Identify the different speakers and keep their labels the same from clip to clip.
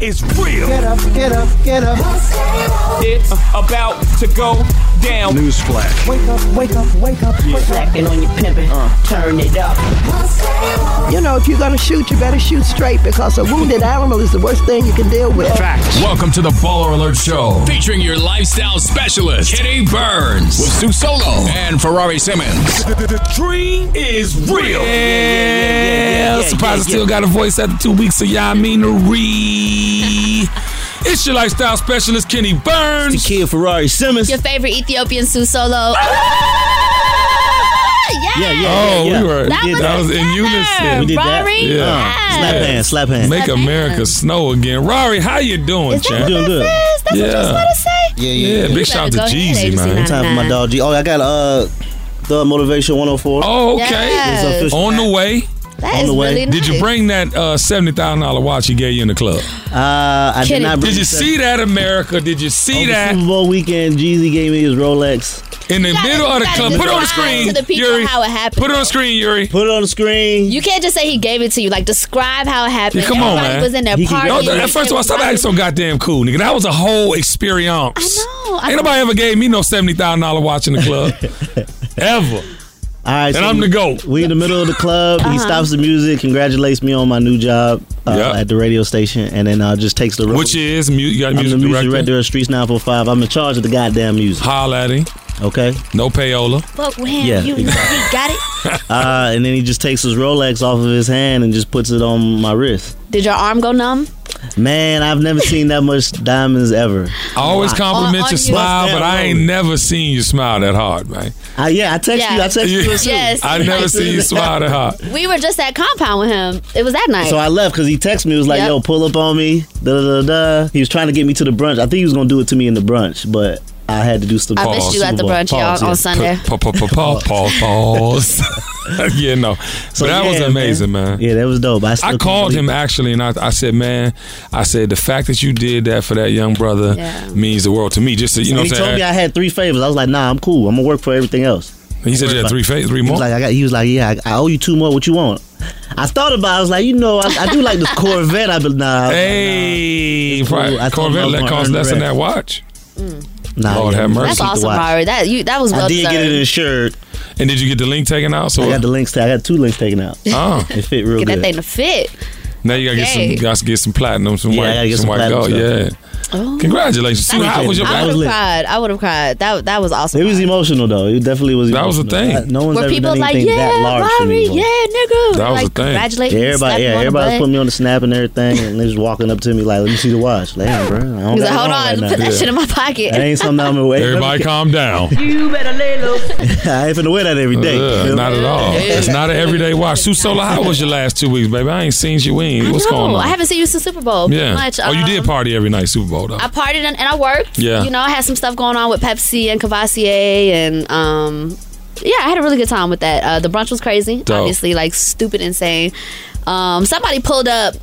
Speaker 1: is real.
Speaker 2: Get up, get up, get up.
Speaker 1: It's about to go down. Newsflash.
Speaker 2: Wake up, wake up, wake up.
Speaker 3: Slacking on your pimping, turn it up.
Speaker 4: You know, if you're gonna shoot, you better shoot straight because a wounded animal is the worst thing you can deal with.
Speaker 5: Welcome to the Baller Alert Show, featuring your lifestyle specialist, Kitty Burns, with Sue Solo and Ferrari Simmons.
Speaker 1: The, the- the dream is real.
Speaker 5: Yeah, surprised I still got a voice after two weeks of Yaminery. it's your lifestyle specialist, Kenny Burns.
Speaker 6: Kid Ferrari Simmons.
Speaker 7: Your favorite Ethiopian Sue Solo. yeah.
Speaker 6: Yeah, yeah,
Speaker 5: Oh,
Speaker 6: yeah, yeah.
Speaker 5: we were.
Speaker 7: That
Speaker 6: did
Speaker 7: was,
Speaker 6: that.
Speaker 5: That was in unison.
Speaker 6: We did that.
Speaker 7: Rory?
Speaker 5: Yeah.
Speaker 6: Slap hands, slap hands.
Speaker 5: Make
Speaker 7: Slap
Speaker 5: America
Speaker 7: hands.
Speaker 5: snow again. Rory, how you doing,
Speaker 7: Is that what
Speaker 5: champ?
Speaker 6: Doing
Speaker 7: that
Speaker 6: good.
Speaker 7: says? That's what
Speaker 5: Yeah.
Speaker 7: you're supposed to say?
Speaker 6: yeah,
Speaker 5: Yeah,
Speaker 6: yeah.
Speaker 5: big shout
Speaker 7: better
Speaker 5: out to
Speaker 7: go ahead,
Speaker 5: Jeezy, man.
Speaker 7: Agency
Speaker 6: Time for my
Speaker 7: Nah.
Speaker 6: dog G. Oh, I got uh the motivation 104.
Speaker 5: Oh, okay.
Speaker 7: Yes.
Speaker 6: It's official.
Speaker 5: On the way.
Speaker 7: That
Speaker 6: On
Speaker 7: is
Speaker 6: the way.
Speaker 7: really nice.
Speaker 5: Did you bring that uh, seventy thousand dollar watch he gave you in the club?
Speaker 6: Uh, I
Speaker 7: Kidding.
Speaker 6: did not.
Speaker 5: Did you
Speaker 6: bring- Oh,
Speaker 5: see that, America? Did you see
Speaker 6: Over
Speaker 5: that
Speaker 6: Super Bowl weekend, Jeezy gave me his Rolex.
Speaker 5: in the
Speaker 7: You gotta-
Speaker 5: middle of
Speaker 7: you
Speaker 5: the
Speaker 7: gotta
Speaker 5: club? Put it on the
Speaker 7: describe
Speaker 5: screen,
Speaker 7: to the people
Speaker 5: Yuri.
Speaker 7: how it happened,
Speaker 5: Put it on
Speaker 7: though.
Speaker 5: the screen, Yuri.
Speaker 6: Put it on the screen.
Speaker 7: You can't just say he gave it to you. Like describe how it happened.
Speaker 5: Yeah, come on,
Speaker 7: Everybody
Speaker 5: man.
Speaker 7: was in their
Speaker 6: He can-
Speaker 7: party.
Speaker 5: No, th- first of all, stop acting so goddamn cool, nigga. That was a whole experience.
Speaker 7: I know. I
Speaker 5: Ain't
Speaker 7: know.
Speaker 5: nobody ever gave me no seventy thousand dollar watch in the club, ever.
Speaker 6: All right,
Speaker 5: And I'm the GOAT.
Speaker 6: We in the middle of the club.
Speaker 7: Uh-huh.
Speaker 6: He stops the music, congratulates me on my new job uh,
Speaker 5: Yeah.
Speaker 6: at the radio station, and then uh, just takes the road.
Speaker 5: Which is mu- you got a
Speaker 6: I'm
Speaker 5: music,
Speaker 6: the music director,
Speaker 5: director.
Speaker 6: of Streets 945. I'm in charge of the goddamn music.
Speaker 5: Holla at him.
Speaker 6: Okay.
Speaker 5: No payola.
Speaker 7: Fuck with him.
Speaker 6: Yeah,
Speaker 7: you know he got it.
Speaker 6: Uh, and then he just takes his Rolex off of his hand and just puts it on my wrist.
Speaker 7: Did your arm go numb?
Speaker 6: Man, I've never seen that much diamonds ever.
Speaker 5: I always compliment
Speaker 7: On- on
Speaker 5: your
Speaker 7: you.
Speaker 5: smile, but I ain't never seen you smile that hard, man.
Speaker 6: I, yeah, I text
Speaker 7: Yeah.
Speaker 6: you. I text you. and shit.
Speaker 7: Yes.
Speaker 5: I never seen you smile that hard.
Speaker 7: We were just at compound with him. It was that night.
Speaker 6: So I left because he texted me. He was like,
Speaker 7: Yep.
Speaker 6: "Yo, pull up on me." Da da da da. He was trying to get me to the brunch. I think he was gonna do it to me in the brunch, but I had to do some.
Speaker 7: I
Speaker 5: Pause.
Speaker 7: missed you at
Speaker 6: Super
Speaker 7: the
Speaker 6: Bowl.
Speaker 7: brunch,
Speaker 6: Pause,
Speaker 7: y'all,
Speaker 6: yeah.
Speaker 7: on Sunday.
Speaker 5: Pa- pa- pa- pa- pa- Pause. yeah, no. So that was
Speaker 6: yeah,
Speaker 5: amazing, man.
Speaker 6: Yeah, that was dope. I, still
Speaker 5: I
Speaker 6: can't
Speaker 5: called
Speaker 6: believe-
Speaker 5: him actually, and I, I said, "Man, I said the fact that you did that for that young brother
Speaker 7: Yeah.
Speaker 5: means the world to me." Just to, you know,
Speaker 6: he
Speaker 5: what I'm
Speaker 6: told
Speaker 5: saying?
Speaker 6: me I had three favors. I was like, "Nah, I'm cool. I'm gonna work for everything else."
Speaker 5: he said you had three, fa- three
Speaker 6: He
Speaker 5: more.
Speaker 6: was like, "I got." He was like, "Yeah, I, I owe you two more. What you want?" I thought about. it. I was like, "You know, I, I do like this Corvette." I be nah,
Speaker 5: hey,
Speaker 6: cool. I
Speaker 5: probably,
Speaker 6: told
Speaker 5: Corvette
Speaker 6: him I
Speaker 5: that
Speaker 6: was gonna
Speaker 5: costs
Speaker 6: earn
Speaker 5: less
Speaker 6: the
Speaker 5: than that
Speaker 6: rest.
Speaker 5: watch.
Speaker 7: Mm.
Speaker 6: nah.
Speaker 5: Lord
Speaker 6: yeah,
Speaker 5: have
Speaker 6: I'm gonna
Speaker 5: mercy.
Speaker 7: That's
Speaker 6: keep the
Speaker 7: awesome,
Speaker 6: watch.
Speaker 7: Rory. That you that was well
Speaker 6: I did get
Speaker 7: deserved.
Speaker 6: it insured.
Speaker 5: And did you get the link taken out? So
Speaker 6: I got the links. To, I got two links taken out.
Speaker 5: Oh,
Speaker 6: It fit real
Speaker 7: Get
Speaker 6: good.
Speaker 7: that thing to fit.
Speaker 5: now you gotta get some,
Speaker 7: Okay.
Speaker 5: gotta get some platinum, some
Speaker 6: Yeah, I
Speaker 5: white,
Speaker 6: gotta get
Speaker 5: some,
Speaker 6: some
Speaker 5: white gold.
Speaker 6: platinum
Speaker 5: Yeah,
Speaker 7: Oh.
Speaker 5: congratulations. Sue, how was your
Speaker 7: I
Speaker 6: That
Speaker 7: would
Speaker 6: was
Speaker 7: have
Speaker 6: lit.
Speaker 7: cried. I would have cried. That that was awesome.
Speaker 6: It was emotional though. It definitely was.
Speaker 5: That was the
Speaker 6: emotional.
Speaker 5: thing.
Speaker 6: I- no one's
Speaker 7: Where
Speaker 6: ever
Speaker 7: people
Speaker 6: done
Speaker 7: like,
Speaker 6: anything
Speaker 7: yeah,
Speaker 6: that large for
Speaker 7: Rory,
Speaker 6: me. before.
Speaker 7: yeah, nigga.
Speaker 5: That was
Speaker 7: like,
Speaker 5: the thing.
Speaker 7: Congratulations.
Speaker 6: Yeah, everybody,
Speaker 7: slap him
Speaker 6: yeah,
Speaker 7: on the
Speaker 6: everybody was
Speaker 7: butt.
Speaker 6: putting me on the snap and everything, and they was walking up to me like, "Let me see the watch." Like, damn, bro, I don't
Speaker 7: He's
Speaker 6: got
Speaker 7: like,
Speaker 6: it
Speaker 7: hold on,
Speaker 6: right now.
Speaker 7: put that
Speaker 5: Yeah.
Speaker 7: shit in my pocket.
Speaker 6: That ain't something I'm gonna wear.
Speaker 5: Everybody, calm down.
Speaker 6: I ain't finna wear that every day.
Speaker 5: Ugh,
Speaker 6: Feel
Speaker 5: not
Speaker 6: me?
Speaker 5: at all. It's not an everyday watch. Sue Sola, how was your last two weeks, baby? I ain't seen you. We ain't. What's
Speaker 7: I know.
Speaker 5: going on?
Speaker 7: I haven't seen you since Super Bowl. Pretty
Speaker 5: yeah.
Speaker 7: much.
Speaker 5: oh, you did
Speaker 7: Um,
Speaker 5: party every night, Super Bowl though.
Speaker 7: I partied and, and I worked.
Speaker 5: Yeah.
Speaker 7: You know, I had some stuff going on with Pepsi and Cavassier and um yeah, I had a really good time with that. Uh, the brunch was crazy.
Speaker 5: Dope.
Speaker 7: Obviously, like stupid insane. Um somebody pulled up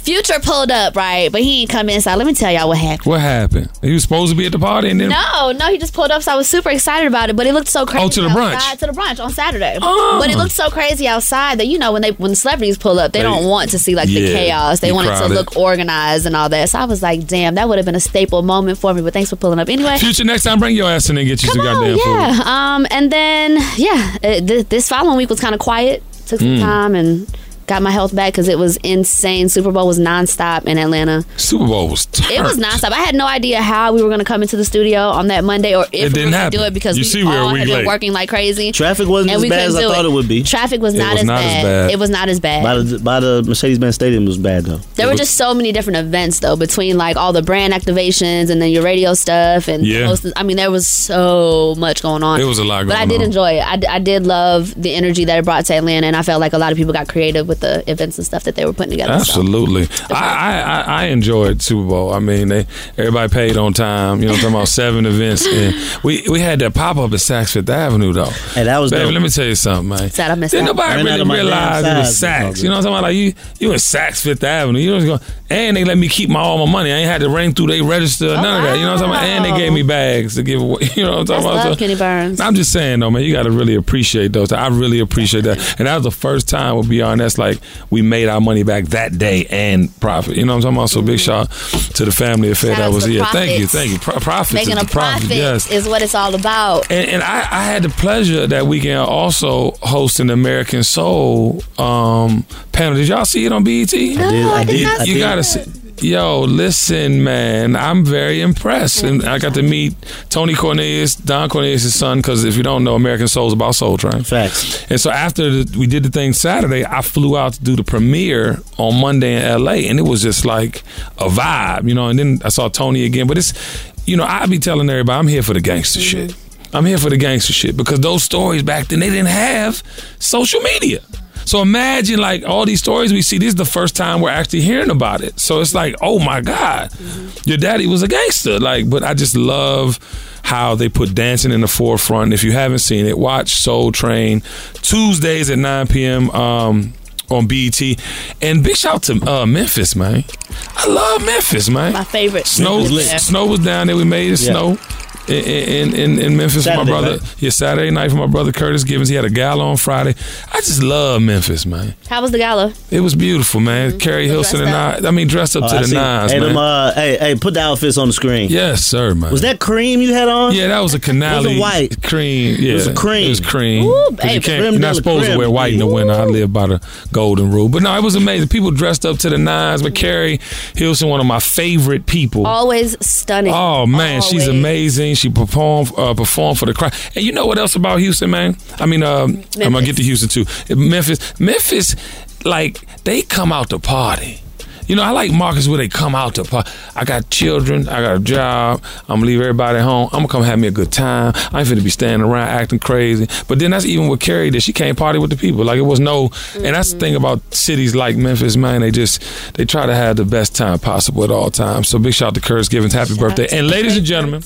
Speaker 7: Future pulled up, right? But he ain't come inside. Let me tell y'all what happened.
Speaker 5: what happened? He was supposed to be at the party and then.
Speaker 7: No, no, he just pulled up, so I was super excited about it. But it looked so crazy.
Speaker 5: Oh, to the brunch.
Speaker 7: outside- To the brunch on Saturday.
Speaker 5: Oh.
Speaker 7: But it looked so crazy outside that you know when they when celebrities pull up, they,
Speaker 5: They-
Speaker 7: don't want to see like
Speaker 5: Yeah,
Speaker 7: the chaos. They
Speaker 5: be
Speaker 7: want it
Speaker 5: crowded.
Speaker 7: to look organized and all that. So I was like, damn, that would have been a staple moment for me. But thanks for pulling up anyway.
Speaker 5: Future, next time, bring your ass in and get you some
Speaker 7: Oh
Speaker 5: goddamn food.
Speaker 7: yeah. Um, and then yeah, it, th- this following week was kind of quiet. Took
Speaker 5: Mm.
Speaker 7: some time and. Got my health back because it was insane. Super Bowl was nonstop in Atlanta.
Speaker 5: Super Bowl was. Turned.
Speaker 7: It was nonstop. I had no idea how we were going to come into the studio on that Monday or if we
Speaker 5: didn't
Speaker 7: were going to
Speaker 5: happen.
Speaker 7: do it because
Speaker 5: You
Speaker 7: we
Speaker 5: see, we were a
Speaker 7: all
Speaker 5: week
Speaker 7: had been
Speaker 5: late.
Speaker 7: working like crazy.
Speaker 6: Traffic wasn't
Speaker 7: and
Speaker 6: as
Speaker 7: we
Speaker 6: bad
Speaker 7: couldn't
Speaker 6: as I
Speaker 7: do
Speaker 6: thought it would be.
Speaker 7: Traffic was not,
Speaker 5: was
Speaker 7: as,
Speaker 5: not as
Speaker 7: bad.
Speaker 5: bad.
Speaker 7: It was not as bad.
Speaker 6: By the by, the Mercedes-Benz Stadium was bad though.
Speaker 7: there were just so many different events though between like all the brand activations and then your radio stuff and
Speaker 5: Yeah.
Speaker 7: most- I mean there was so much going on.
Speaker 5: It was a lot
Speaker 7: But I
Speaker 5: going
Speaker 7: did
Speaker 5: on.
Speaker 7: enjoy it. I, d- I did love the energy that it brought to Atlanta and I felt like a lot of people got creative with the events and stuff that they were putting together. so.
Speaker 5: Absolutely. I, I, I, I enjoyed Super Bowl. I mean, they everybody paid on time. You know, what I'm talking about seven events. And we, we had that pop up at Saks Fifth Avenue, though.
Speaker 6: Hey, that was
Speaker 5: Baby,
Speaker 6: dope.
Speaker 5: let me tell you something, man.
Speaker 7: Sad I missed
Speaker 5: Didn't
Speaker 7: out.
Speaker 5: nobody
Speaker 6: Ran out
Speaker 5: really
Speaker 6: of my damn
Speaker 5: realize it was
Speaker 6: size.
Speaker 5: Saks. You know what I'm talking about? Like you, you in Saks Fifth Avenue. You know what I'm saying? And they let me keep my all my money. I ain't had to ring through they register. None of that. You know what I'm talking about? And they
Speaker 7: wow.
Speaker 5: gave me bags to give away. You know what I'm talking
Speaker 7: Oh. That's
Speaker 5: about?
Speaker 7: love,
Speaker 5: So-
Speaker 7: Kenny Burns.
Speaker 5: I'm just saying though, man, you got to really appreciate those. I really appreciate that, and that was the first time with BRNS like like we made our money back that day and profit. You know what I'm talking about? So big shout to the family affair
Speaker 7: Mm-hmm. Shout out
Speaker 5: that
Speaker 7: to
Speaker 5: was
Speaker 7: the
Speaker 5: here. Thank you,
Speaker 7: profits.
Speaker 5: thank you. Pro- profits
Speaker 7: Making
Speaker 5: is
Speaker 7: a
Speaker 5: the profit.
Speaker 7: profit
Speaker 5: Yes.
Speaker 7: is what it's all about.
Speaker 5: And, and I, I had the pleasure that weekend also hosting the American Soul um, panel. Did y'all see it on E BET?
Speaker 7: No,
Speaker 6: did- I
Speaker 7: I did
Speaker 6: did-
Speaker 7: not
Speaker 6: I
Speaker 7: see
Speaker 5: you gotta
Speaker 7: that.
Speaker 5: see. Yo, listen, man. I'm very impressed, and I got to meet Tony Cornelius, Don Cornelius' son. Because if you don't know, American Soul is about Soul Train.
Speaker 6: Facts.
Speaker 5: And so after the, we did the thing Saturday, I flew out to do the premiere on Monday in LA, and it was just like a vibe, you know. And then I saw Tony again, but it's, you know, I be telling everybody I'm here for the gangster shit. I'm here for the gangster shit because those stories back then they didn't have social media. So imagine like all these stories we see. This is the first time we're actually hearing about it. So it's like, oh my god, your daddy was a gangster. Like, but I just love how they put dancing in the forefront. If you haven't seen it, watch Soul Train Tuesdays at 9 p.m. Um, on BET. And big shout to uh, Memphis, man. I love Memphis, man.
Speaker 7: My favorite.
Speaker 5: Snow,
Speaker 7: Memphis
Speaker 5: was
Speaker 7: there.
Speaker 5: snow was down there. We made it
Speaker 6: Yeah.
Speaker 5: snow in in, in, in Memphis. for my
Speaker 6: Saturday,
Speaker 5: brother,
Speaker 6: right?
Speaker 5: yeah, Saturday night for my brother Curtis Givens. He had a gala on Friday. I just love Memphis, man.
Speaker 7: How was the gala?
Speaker 5: It was beautiful, man.
Speaker 6: Mm-hmm.
Speaker 5: Carrie Hilson and
Speaker 7: Dressed
Speaker 5: I. I mean, dressed up
Speaker 6: Oh,
Speaker 5: to
Speaker 6: I
Speaker 5: the
Speaker 6: see.
Speaker 5: nines,
Speaker 6: hey,
Speaker 5: man.
Speaker 6: them, uh, hey, hey, put the outfits on the screen.
Speaker 5: yes, sir, man.
Speaker 6: Was that cream you had on?
Speaker 5: Yeah, that was a canali.
Speaker 6: It was a white.
Speaker 5: cream. Yeah,
Speaker 6: was a cream.
Speaker 5: It was cream.
Speaker 7: Ooh,
Speaker 5: 'Cause you
Speaker 7: baby.
Speaker 5: can't,
Speaker 6: Creme
Speaker 5: you're
Speaker 6: de
Speaker 5: not
Speaker 6: la
Speaker 5: supposed to
Speaker 6: creme,
Speaker 5: wear white in the
Speaker 6: baby.
Speaker 5: winter. I live by the golden rule. But no, it was amazing. People dressed up to the nines.
Speaker 6: Mm-hmm.
Speaker 5: But Carrie Hilson, one of my favorite people.
Speaker 7: Always stunning.
Speaker 5: Oh man, she's
Speaker 7: Always.
Speaker 5: amazing. She performed uh, performed for the crowd. And you know what else about Houston, man? I mean, uh, I'm gonna get to Houston too. Memphis, Memphis, like they come out to party. You know, I like markets where they come out to party. I got children, I got a job. I'm gonna leave everybody home. I'm gonna come have me a good time. I ain't finna be standing around acting crazy. But then that's even what Carrie did. She can't party with the people. Like it was no. And that's the thing about cities like Memphis, man. They just they try to have the best time possible at all times. So big shout out to Curtis Givens. Happy
Speaker 7: out
Speaker 5: birthday!
Speaker 7: to
Speaker 5: And ladies and
Speaker 7: Curtis.
Speaker 5: gentlemen.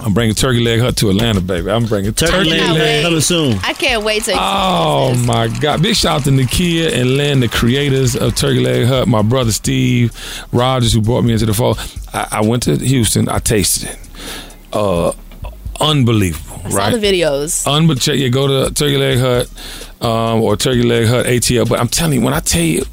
Speaker 5: I'm bringing turkey leg hut to Atlanta, baby. I'm bringing turkey,
Speaker 6: Turkey
Speaker 7: leg
Speaker 5: leg.
Speaker 7: hut.
Speaker 6: leg
Speaker 7: wait.
Speaker 6: coming soon.
Speaker 7: I can't wait to.
Speaker 5: Oh my God! Big shout out to Nakia and Lynn, the creators of Turkey Leg Hut. My brother Steve Rogers, who brought me into the fold. I, I went to Houston. I tasted it. Uh, unbelievable,
Speaker 7: I saw
Speaker 5: right?
Speaker 7: the videos.
Speaker 5: Unbe- check, yeah, go to Turkey Leg Hut um, or Turkey Leg Hut ATL. But I'm telling you, when I tell you,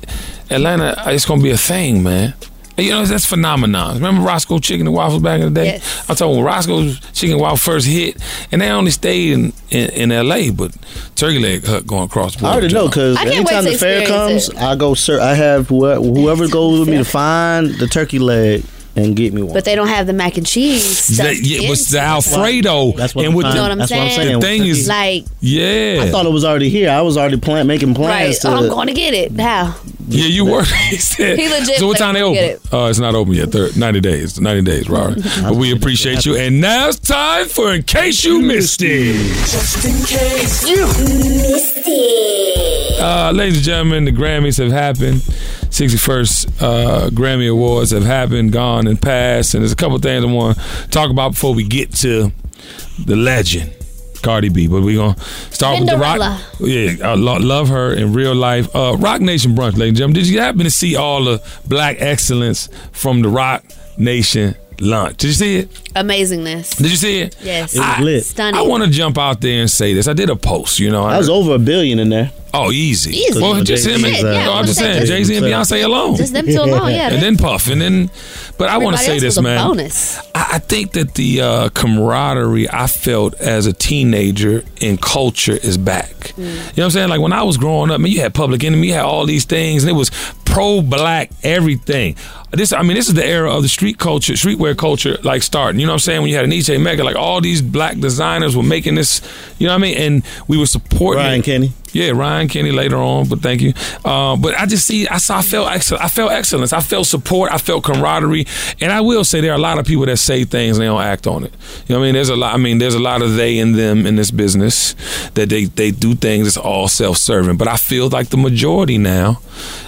Speaker 5: Atlanta, it's gonna be a thing, man. You know that's phenomenon. Remember Roscoe Chicken and Waffles back in the day?
Speaker 7: Yes.
Speaker 5: I'm talking when Roscoe's Chicken and Waffle first hit, and they only stayed in, in, in L.A. But Turkey Leg Hut going across. The
Speaker 6: I
Speaker 7: Oh,
Speaker 5: border,
Speaker 6: already know
Speaker 5: John.
Speaker 6: because
Speaker 7: I can't wait
Speaker 6: anytime
Speaker 7: to
Speaker 6: the fair
Speaker 7: experience
Speaker 6: comes,
Speaker 7: it.
Speaker 6: I go. Sir, I have whoever, whoever goes with me to find the turkey leg and get me one.
Speaker 7: But they don't have the mac and cheese. stuff
Speaker 5: That- yeah, it was the
Speaker 7: in-
Speaker 5: Alfredo.
Speaker 6: that's what
Speaker 5: and
Speaker 6: I'm
Speaker 5: with
Speaker 6: saying.
Speaker 7: You know what
Speaker 5: the,
Speaker 7: I'm
Speaker 6: that's what I'm
Speaker 7: saying?
Speaker 6: saying.
Speaker 5: The thing
Speaker 6: Turkey-
Speaker 5: is-
Speaker 7: Like,
Speaker 5: yeah,
Speaker 6: I thought it was already here. I was already plan- making
Speaker 7: right.
Speaker 6: plans
Speaker 7: Oh, I'm
Speaker 6: to.
Speaker 7: going to get it. How?
Speaker 5: Yeah, you were. he said.
Speaker 7: He legit
Speaker 5: So
Speaker 7: like,
Speaker 5: what time they
Speaker 7: "Go
Speaker 5: open?
Speaker 7: get
Speaker 5: Uh, it's not open yet. Thir- Ninety days. Ninety days, Robert. but we appreciate you. And now it's time for in case you missed it. Uh, ladies and gentlemen, the Grammys have happened. 61st uh, Grammy Awards have happened, gone and passed. And there's a couple things I want to talk about before we get to the legend, Cardi B. But we're going to start
Speaker 7: Cinderella.
Speaker 5: with the rock. Yeah, I lo- love her in real life. Uh, rock Nation Brunch, ladies and gentlemen. Did you happen to see all the black excellence from the Rock Nation lunch? Did you see it?
Speaker 7: Amazingness.
Speaker 5: Did you see it?
Speaker 7: Yes.
Speaker 6: It was lit.
Speaker 7: Stunning.
Speaker 5: I want to jump out there and say this. I did a post, you know.
Speaker 6: I was over a billion in there.
Speaker 5: Oh, easy.
Speaker 7: Easy.
Speaker 5: Well, just him and,
Speaker 7: Yeah, yeah,
Speaker 5: no,
Speaker 7: I
Speaker 5: I'm
Speaker 7: was
Speaker 5: just
Speaker 7: saying,
Speaker 5: saying,
Speaker 7: just-
Speaker 5: Jay Z and Beyonce alone.
Speaker 7: Just them two alone. Yeah.
Speaker 5: and
Speaker 7: they-
Speaker 5: then Puff, and then, but I want to
Speaker 7: everybody
Speaker 5: say
Speaker 7: else was
Speaker 5: this,
Speaker 7: a
Speaker 5: man.
Speaker 7: Bonus.
Speaker 5: I, I think that the uh, camaraderie I felt as a teenager in culture is back. You know what I'm saying? Like when I was growing up, man, you had Public Enemy, you had all these things, and it was pro-black everything. This, I mean, this is the era of the street culture, streetwear culture, like starting. You know what I'm saying? When you had an EJ Mega, like all these black designers were making this. You know what I mean? And we were supporting.
Speaker 6: Brian
Speaker 5: it.
Speaker 6: Kenny.
Speaker 5: Yeah, Ryan Kenny later on, but thank you. Uh, but I just see, I saw, I felt, excel- I felt excellence. I felt support. I felt camaraderie. And I will say, there are a lot of people that say things and they don't act on it. You know what I mean? There's a lot. I mean, there's a lot of they and them in this business that they they do things that's all self serving. But I feel like the majority now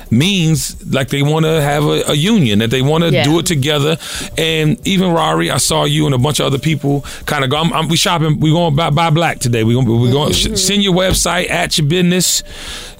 Speaker 5: means like they want to have a, a union, that they want to
Speaker 7: Yeah.
Speaker 5: do it together. And even Rari, I saw you and a bunch of other people kind of go. I'm, I'm, we shopping. We going buy, buy black today. We going we going
Speaker 7: Mm-hmm.
Speaker 5: sh- send your website at your business.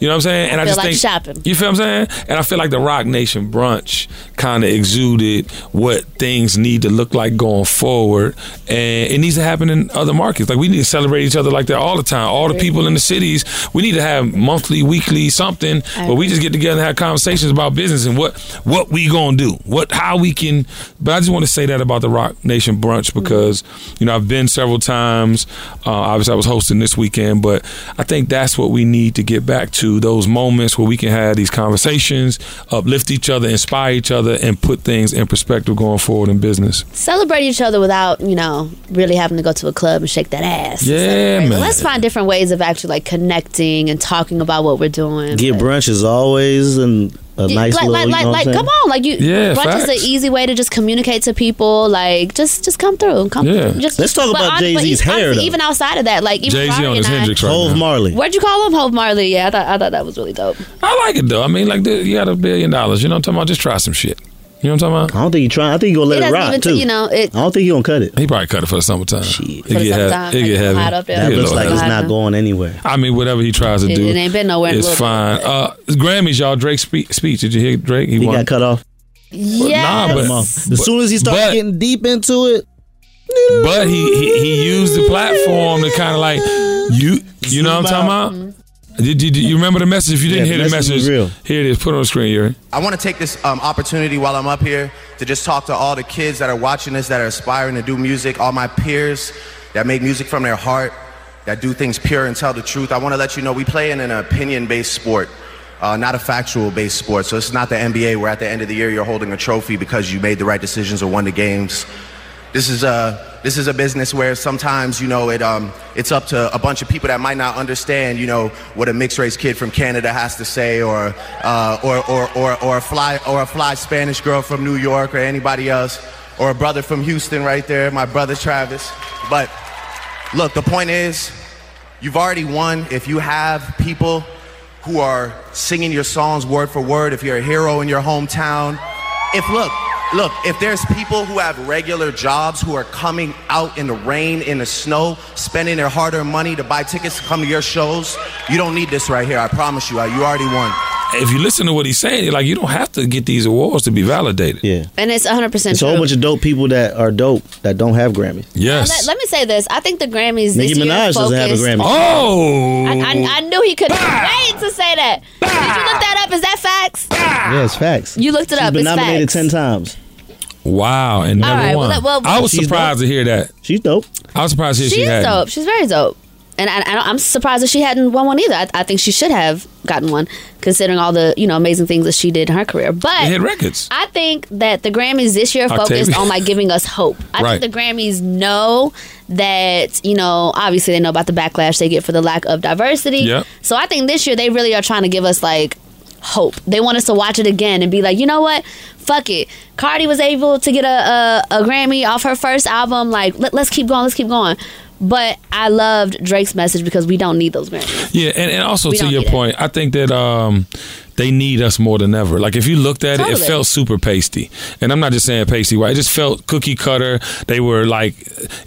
Speaker 5: You know what I'm saying? And I,
Speaker 7: feel
Speaker 5: just
Speaker 7: like
Speaker 5: think
Speaker 7: shopping.
Speaker 5: You feel what I'm saying? And I feel like the Rock Nation brunch kind of exuded what things need to look like going forward, and it needs to happen in other markets. Like we need to celebrate each other like that all the time. All the people in the cities, we need to have monthly, weekly something, but we just get together and have conversations about business and what what we gonna do, what how we can. But I just want to say that about the Rock Nation brunch because you know I've been several times. Uh, obviously, I was hosting this weekend, but I think that's what we need to get back to those moments where we can have these conversations, uplift each other, inspire each other, and put things in perspective going forward in business.
Speaker 7: Celebrate each other without, you know, really having to go to a club and shake that ass.
Speaker 5: Yeah,
Speaker 7: Celebrate.
Speaker 5: man.
Speaker 7: Let's find different ways of actually like connecting and talking about what we're doing.
Speaker 6: Get
Speaker 7: But-
Speaker 6: brunch is always and a nice
Speaker 7: like,
Speaker 6: little.
Speaker 7: like,
Speaker 6: you
Speaker 7: like,
Speaker 6: know what
Speaker 7: like
Speaker 6: I'm saying?
Speaker 7: come on, like you.
Speaker 5: Yeah,
Speaker 7: brunch is
Speaker 5: facts.
Speaker 7: an easy way to just communicate to people. Like, just, just come through. Come.
Speaker 5: Yeah.
Speaker 7: Just,
Speaker 6: Let's talk
Speaker 7: but
Speaker 6: about
Speaker 7: hon- but
Speaker 6: Jay-Z's
Speaker 7: honestly,
Speaker 6: hair, though.
Speaker 7: Even outside of that, like even
Speaker 5: Jay Z
Speaker 7: Rari and
Speaker 5: on his
Speaker 7: I-
Speaker 5: Hendrix right
Speaker 6: Hove
Speaker 5: now.
Speaker 6: Marley.
Speaker 7: Where'd you call him, Hope Marley? Yeah, I thought, I thought that was really dope.
Speaker 5: I like it though. I mean, like dude, you got a billion dollars. You know what I'm talking about? Just try some shit. You know what I'm talking about?
Speaker 6: I don't think you trying. I think you gonna let
Speaker 7: it
Speaker 6: it,
Speaker 7: doesn't
Speaker 6: rock
Speaker 7: even,
Speaker 6: too.
Speaker 7: you know, it.
Speaker 6: I don't think you gonna cut it.
Speaker 5: He probably cut it for the summertime. It
Speaker 7: For the
Speaker 5: get,
Speaker 7: summertime,
Speaker 5: heavy. It
Speaker 7: like,
Speaker 5: get heavy.
Speaker 7: hot up there.
Speaker 5: It
Speaker 6: That
Speaker 5: get a
Speaker 6: looks
Speaker 5: little
Speaker 6: like it's
Speaker 5: heavy.
Speaker 6: not going anywhere.
Speaker 5: I mean, whatever he tries to
Speaker 7: It-
Speaker 5: do,
Speaker 7: it ain't been nowhere in a
Speaker 5: It's
Speaker 7: little
Speaker 5: fine. Uh, Grammys, y'all. Drake's spe- speech. Did you hear Drake?
Speaker 6: He
Speaker 5: won.
Speaker 6: got cut off.
Speaker 7: Yeah.
Speaker 5: nah, but-
Speaker 6: Come on. As soon as he started
Speaker 5: but-
Speaker 6: getting deep into it,
Speaker 5: but he, he he used the platform to kind of like you you know what I'm talking about. Did, did, did you remember the message? If you didn't
Speaker 6: Yeah,
Speaker 5: hear
Speaker 6: the
Speaker 5: the
Speaker 6: message was
Speaker 5: message,
Speaker 6: real.
Speaker 5: here it is. Put it on the screen, Yuri.
Speaker 8: I want to take this um, opportunity while I'm up here to just talk to all the kids that are watching this, that are aspiring to do music, all my peers that make music from their heart, that do things pure and tell the truth. I want to let you know we play in an opinion based sport, uh, not a factual based sport. So it's not the NBA where at the end of the year you're holding a trophy because you made the right decisions or won the games. This is a this is a business where sometimes you know it um it's up to a bunch of people that might not understand you know what a mixed race kid from Canada has to say or uh, or, or or or a fly or a fly Spanish girl from New York or anybody else or a brother from Houston right there my brother Travis but look the point is you've already won if you have people who are singing your songs word for word if you're a hero in your hometown if look look if there's people who have regular jobs who are coming out in the rain in the snow spending their hard-earned money to buy tickets to come to your shows you don't need this right here i promise you you already won
Speaker 5: If you listen to what he's saying, like you don't have to get these awards to be validated.
Speaker 6: yeah,
Speaker 7: And it's 100 percent
Speaker 6: it's a
Speaker 7: true.
Speaker 6: whole bunch of dope people that are dope that don't have Grammys.
Speaker 5: Yes.
Speaker 7: let, let me say this. I think the Grammys
Speaker 6: Nicki
Speaker 7: this year
Speaker 6: Minaj
Speaker 7: focused,
Speaker 6: doesn't have a Grammy.
Speaker 5: oh,
Speaker 7: I, I, I knew he couldn't
Speaker 5: Bah!
Speaker 7: wait to say that. Did you look that up? Is that facts?
Speaker 6: Yeah, it's facts.
Speaker 7: You looked it
Speaker 6: She's
Speaker 7: up.
Speaker 6: been
Speaker 7: It's
Speaker 6: nominated
Speaker 7: facts.
Speaker 6: ten times.
Speaker 5: wow, and
Speaker 7: All
Speaker 5: never
Speaker 7: right,
Speaker 5: won.
Speaker 7: well, well,
Speaker 5: I was
Speaker 6: She's
Speaker 5: surprised to hear that.
Speaker 6: She's dope.
Speaker 5: I was surprised to hear she,
Speaker 7: She is
Speaker 5: had.
Speaker 7: dope. She's very dope. And I, I don't, I'm surprised that she hadn't won one either. I, I think she should have gotten one, considering all the you know amazing things that she did in her career. But
Speaker 5: It hit records.
Speaker 7: I think that the Grammys this year focused
Speaker 5: Octavia.
Speaker 7: on like giving us hope. I
Speaker 5: Right.
Speaker 7: think the Grammys know that you know obviously they know about the backlash they get for the lack of diversity.
Speaker 5: Yep.
Speaker 7: So I think this year they really are trying to give us like hope. They want us to watch it again and be like, you know what? Fuck it. Cardi was able to get a a, a Grammy off her first album. Like let, let's keep going. Let's keep going. But I loved Drake's message because we don't need those Grammys.
Speaker 5: Yeah, and, and also
Speaker 7: We
Speaker 5: to
Speaker 7: don't
Speaker 5: your
Speaker 7: need it.
Speaker 5: point, I think that um, they need us more than ever. Like if you looked at it,
Speaker 7: Totally.
Speaker 5: it felt super pasty, and I'm not just saying pasty. Right, it just felt cookie cutter. They were like,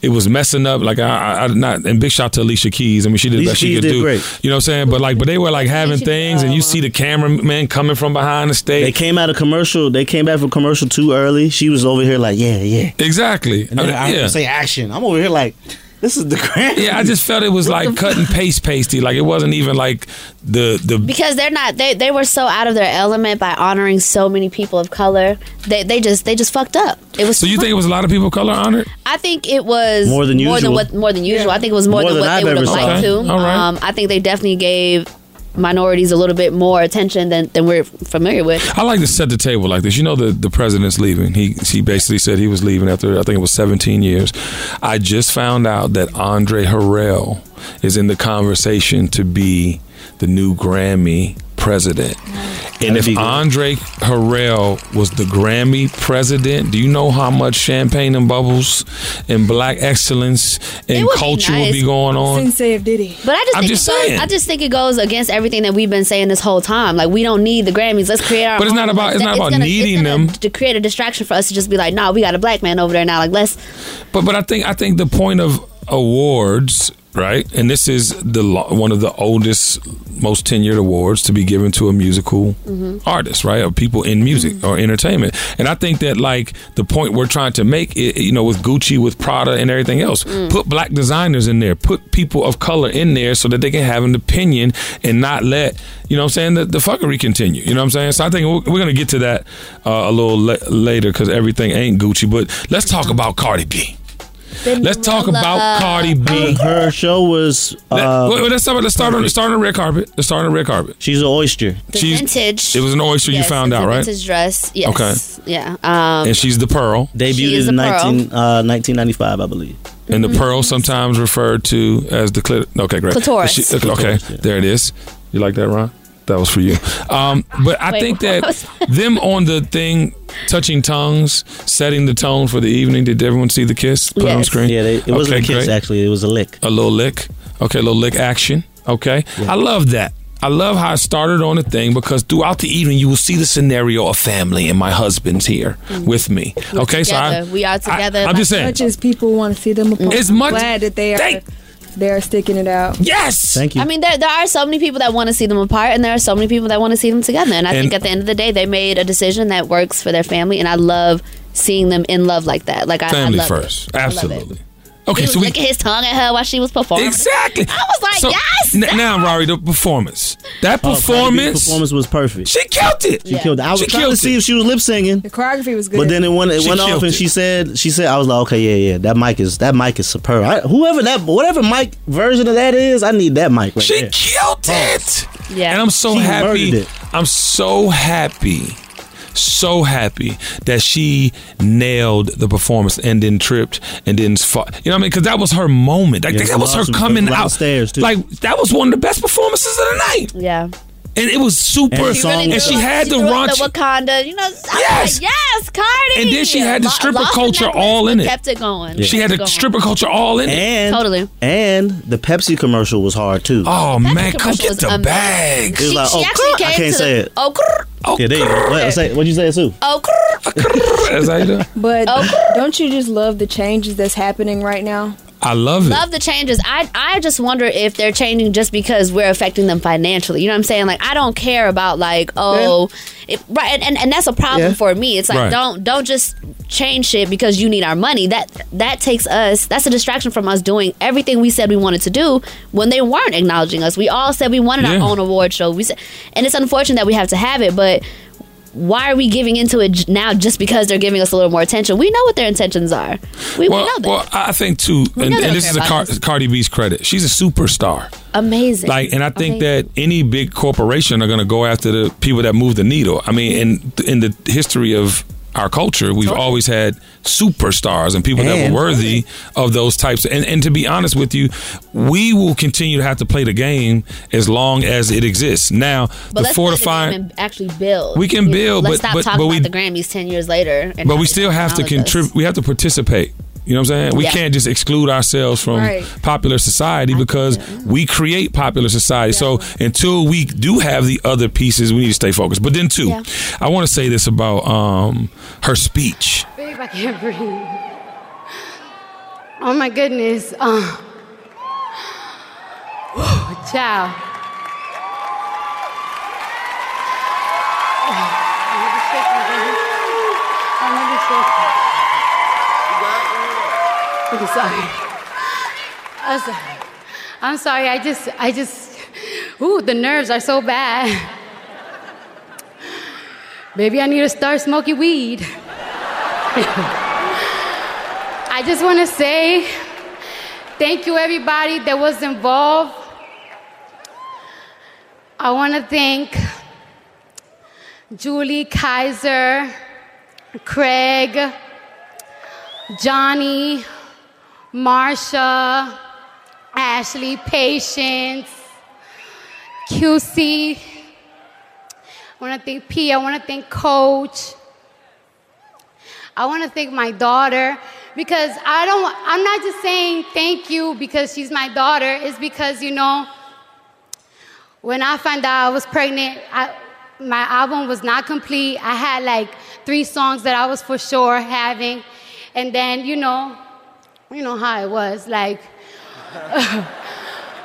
Speaker 5: it was messing up. Like I, I, I not. And big shout to Alicia Keys. I mean, she did the
Speaker 6: Alicia
Speaker 5: best she
Speaker 6: Keys
Speaker 5: could
Speaker 6: did
Speaker 5: do.
Speaker 6: great.
Speaker 5: You know what I'm saying? But like, but they were like having
Speaker 7: Alicia did
Speaker 5: things, and you
Speaker 7: well.
Speaker 5: see the cameraman coming from behind the
Speaker 6: They
Speaker 5: stage.
Speaker 6: came out of commercial. They came back from commercial too early. She was over here like, yeah, yeah.
Speaker 5: exactly.
Speaker 6: And then
Speaker 5: I
Speaker 6: I
Speaker 5: mean,
Speaker 6: heard
Speaker 5: yeah.
Speaker 6: her say action. I'm over here like, this is the Grammys.
Speaker 5: yeah, I just felt it was like cut and paste pasty. Like it wasn't even like the the
Speaker 7: because they're not they, they were so out of their element by honoring so many people of color they, they just they just fucked up it was
Speaker 5: So you think it was a lot of people of color honored?
Speaker 7: i think it was
Speaker 6: More than
Speaker 7: more than
Speaker 6: usual.
Speaker 7: what more than usual i think it was more,
Speaker 6: More
Speaker 7: than,
Speaker 6: than
Speaker 7: what
Speaker 6: I've
Speaker 7: they would have
Speaker 6: ever
Speaker 7: liked
Speaker 5: seen.
Speaker 7: to
Speaker 5: Okay. All right.
Speaker 7: um, i think they definitely gave minorities a little bit more attention than, than we're familiar with
Speaker 5: I like to set the table like this. You know, the, the president's leaving. He he basically said he was leaving after I think it was 17 years. I just found out that Andre Harrell is in the conversation to be the new Grammy president. And if
Speaker 6: Mm-hmm. be good.
Speaker 5: Andre Harrell was the Grammy president, do you know how much champagne and bubbles and black excellence
Speaker 7: It
Speaker 5: and
Speaker 7: would be
Speaker 5: culture would
Speaker 7: nice.
Speaker 5: be going on?
Speaker 9: Sensei of Diddy.
Speaker 7: But I just
Speaker 5: I'm
Speaker 7: think
Speaker 5: just
Speaker 7: it goes,
Speaker 5: saying.
Speaker 7: I just think it goes against everything that we've been saying this whole time. Like we don't need the Grammys. Let's create our.
Speaker 5: But it's
Speaker 7: own.
Speaker 5: not about-
Speaker 7: Like,
Speaker 5: it's not
Speaker 7: that-
Speaker 5: about
Speaker 7: gonna-
Speaker 5: needing
Speaker 7: gonna
Speaker 5: them.
Speaker 7: To create a distraction for us to just be like, nah, we got a black man over there now. Like let's.
Speaker 5: But but I think I think the point of awards, right? And this is the lo- one of the oldest, most tenured awards to be given to a musical artist, right? Or people in music or entertainment. And I think that like the point we're trying to make, i you know, with Gucci, with Prada, and everything else, put black designers in there, put people of color in there, so that they can have an opinion and not let you know what I'm saying the, the fuckery continue. You know what I'm saying? So I think we're, we're gonna get to that uh, a little la- later because everything ain't Gucci. But let's talk about Cardi B. Let's talk
Speaker 7: uh,
Speaker 5: about Cardi B.
Speaker 6: Her show was uh,
Speaker 5: Let- wait, wait, let's, start, let's start on let's start on the red carpet. Let's start on the red carpet.
Speaker 6: she's an oyster.
Speaker 7: The
Speaker 5: She's-
Speaker 7: vintage.
Speaker 5: It was an oyster
Speaker 7: Yes,
Speaker 5: you found
Speaker 7: it's a
Speaker 5: out, right?
Speaker 7: Vintage dress. Yes. Okay. Yeah. Um.
Speaker 5: And she's the pearl.
Speaker 7: She is
Speaker 6: Debuted in
Speaker 7: a pearl. Mm-hmm.
Speaker 6: 19, uh, 1995, I believe.
Speaker 5: And the pearl sometimes referred to as the clit. Okay, great.
Speaker 7: Clitoris.
Speaker 5: She- okay, okay,
Speaker 6: Clitoris, yeah.
Speaker 5: there it is. You like that, Ron? That was for you. Um, but I
Speaker 7: Wait,
Speaker 5: think
Speaker 7: what
Speaker 5: that
Speaker 7: was
Speaker 5: them on the thing, touching tongues, setting the tone for the evening. Did everyone see the kiss put on
Speaker 7: Yes.
Speaker 5: screen?
Speaker 6: Yeah, they, it wasn't
Speaker 5: Okay,
Speaker 6: a kiss
Speaker 5: great.
Speaker 6: actually; it was a lick.
Speaker 5: a little lick. Okay, a little lick action. Okay. I love that. I love how I started on the thing because throughout the evening you will see the scenario of family and my husband's here with me. okay, so
Speaker 7: Mm. together.
Speaker 5: I,
Speaker 7: We are together,
Speaker 5: I, am
Speaker 7: like
Speaker 5: just saying,
Speaker 9: Much as people want to see them apart,
Speaker 5: As
Speaker 9: I'm
Speaker 5: much-
Speaker 9: glad that they are
Speaker 5: Thank-
Speaker 9: they are sticking it out.
Speaker 5: yes.
Speaker 6: Thank you.
Speaker 7: I mean, there there are so many people that want to see them apart, and there are so many people that want to see them together. And I
Speaker 5: And-
Speaker 7: think at the end of the day, they made a decision that works for their family, and I love seeing them in love like that. Like I, I
Speaker 5: family
Speaker 7: love it.
Speaker 5: first.
Speaker 7: I love it.
Speaker 5: Absolutely.
Speaker 7: He
Speaker 5: Okay,
Speaker 7: was
Speaker 5: so we
Speaker 7: licking his tongue at her while she was performing.
Speaker 5: exactly.
Speaker 7: I was like, yes!
Speaker 5: n- now, Rari, the performance. That
Speaker 6: Oh, Cardi B's
Speaker 5: performance,
Speaker 6: performance was perfect.
Speaker 5: she killed it.
Speaker 7: Yeah.
Speaker 6: killed. it. I was
Speaker 5: She
Speaker 6: trying
Speaker 5: killed
Speaker 6: to see
Speaker 5: it.
Speaker 6: if she was lip singing,
Speaker 9: The choreography was good.
Speaker 6: but then it went it
Speaker 5: She
Speaker 6: went off,
Speaker 5: killed
Speaker 6: and
Speaker 5: it.
Speaker 6: she said she said I was like, okay, yeah, yeah, that mic is that mic is superb. I, whoever that whatever mic version of that is, I need that mic right
Speaker 5: She
Speaker 6: there.
Speaker 5: killed it.
Speaker 7: Yeah.
Speaker 5: And I'm so
Speaker 6: She
Speaker 5: happy.
Speaker 6: murdered it.
Speaker 5: I'm so happy. So happy that she nailed the performance and then tripped and then fought. You know what I mean? Because that was her moment. Like
Speaker 6: Yeah,
Speaker 5: that was her
Speaker 6: awesome.
Speaker 5: coming
Speaker 6: Loud
Speaker 5: out.
Speaker 6: stairs, too.
Speaker 5: Like that was one of the best performances of the night,
Speaker 7: Yeah.
Speaker 5: and it was super.
Speaker 6: And
Speaker 5: And,
Speaker 6: the song
Speaker 7: Really
Speaker 6: was-
Speaker 7: threw
Speaker 5: she
Speaker 7: up-
Speaker 5: had the
Speaker 7: threw up
Speaker 5: raunchy.
Speaker 7: Wakanda, you know. I was like,
Speaker 5: Yes.
Speaker 7: yes, Cardi.
Speaker 5: And then she had the
Speaker 7: Lo-
Speaker 5: stripper
Speaker 7: lost the
Speaker 5: culture
Speaker 7: necklace,
Speaker 5: all in
Speaker 7: but
Speaker 5: it.
Speaker 7: Kept it going.
Speaker 5: She had
Speaker 7: Kept it
Speaker 5: the
Speaker 7: going.
Speaker 5: stripper culture all in it.
Speaker 6: And
Speaker 7: Totally.
Speaker 6: And the Pepsi commercial was hard too.
Speaker 5: Oh man, come
Speaker 7: commercial
Speaker 5: get
Speaker 7: was
Speaker 5: the
Speaker 7: amazing.
Speaker 6: It
Speaker 5: bag.
Speaker 6: was
Speaker 7: Um, She,
Speaker 6: like,
Speaker 7: she
Speaker 6: oh,
Speaker 7: actually came
Speaker 6: I can't
Speaker 7: to
Speaker 6: say
Speaker 7: the,
Speaker 6: it.
Speaker 7: Oh, crrr,
Speaker 5: Oh,
Speaker 6: Yeah, there you go. What, say, what'd you say Sue?
Speaker 7: oh, crrr.
Speaker 5: Is that it?
Speaker 9: but don't you just love the changes that's happening right now?
Speaker 5: I love it.
Speaker 7: love the changes. I I just wonder if they're changing just because we're affecting them financially. You know what I'm saying? Like I don't care about like oh, it, right. And, and and that's a problem
Speaker 6: Yeah.
Speaker 7: for me. It's like
Speaker 5: Right.
Speaker 7: don't don't just change shit because you need our money. That that takes us. That's a distraction from us doing everything we said we wanted to do when they weren't acknowledging us. We all said we wanted
Speaker 5: Yeah.
Speaker 7: our own award show. We said, and it's unfortunate that we have to have it, but. Why are we giving into it j- now just because they're giving us a little more attention? We know what their intentions are. We, we
Speaker 5: well,
Speaker 7: know that.
Speaker 5: well, I think too, and,
Speaker 7: know they
Speaker 5: and
Speaker 7: don't
Speaker 5: this is a
Speaker 7: care
Speaker 5: Car-
Speaker 7: about us.
Speaker 5: Cardi B's credit. She's a superstar.
Speaker 7: Amazing.
Speaker 5: Like, and I think
Speaker 7: Amazing.
Speaker 5: that any big corporation are going to go after the people that move the needle. I mean, in in the history of our culture, we've always had superstars and people that
Speaker 6: And-
Speaker 5: were worthy of those types. And and to be honest with you, we will continue to have to play the game as long as it exists. Now,
Speaker 7: But
Speaker 5: the
Speaker 7: let's play the game
Speaker 5: fortifying.
Speaker 7: and actually build.
Speaker 5: We can
Speaker 7: You know,
Speaker 5: build,
Speaker 7: let's
Speaker 5: but-
Speaker 7: stop
Speaker 5: but-
Speaker 7: talking
Speaker 5: but we-
Speaker 7: about the Grammys ten years later. and
Speaker 5: But
Speaker 7: how
Speaker 5: we
Speaker 7: they
Speaker 5: still have to
Speaker 7: acknowledge us.
Speaker 5: contribute. We have to participate. You know what I'm saying? We
Speaker 7: Yeah.
Speaker 5: can't just exclude ourselves from
Speaker 9: Right.
Speaker 5: popular society because we create popular society. So until we do have the other pieces, we need to stay focused. But then too,
Speaker 7: Yeah.
Speaker 5: I want to say this about um, her speech.
Speaker 10: Babe, I can't breathe. Oh my goodness. Uh, whew, child. I'm sorry. I'm sorry. I'm sorry. I just, I just, ooh, the nerves are so bad. Maybe I need to start smoking weed. I just want to say thank you, everybody that was involved. I want to thank Julie Kaiser, Craig, Johnny, Marsha, Ashley Patience, QC, want to thank P. I want to thank Coach. I want to thank my daughter because I don't. I'm not just saying thank you because she's my daughter. It's because you know when I found out I was pregnant, I, my album was not complete. I had like three songs that I was for sure having, and then you know, you know how it was. Like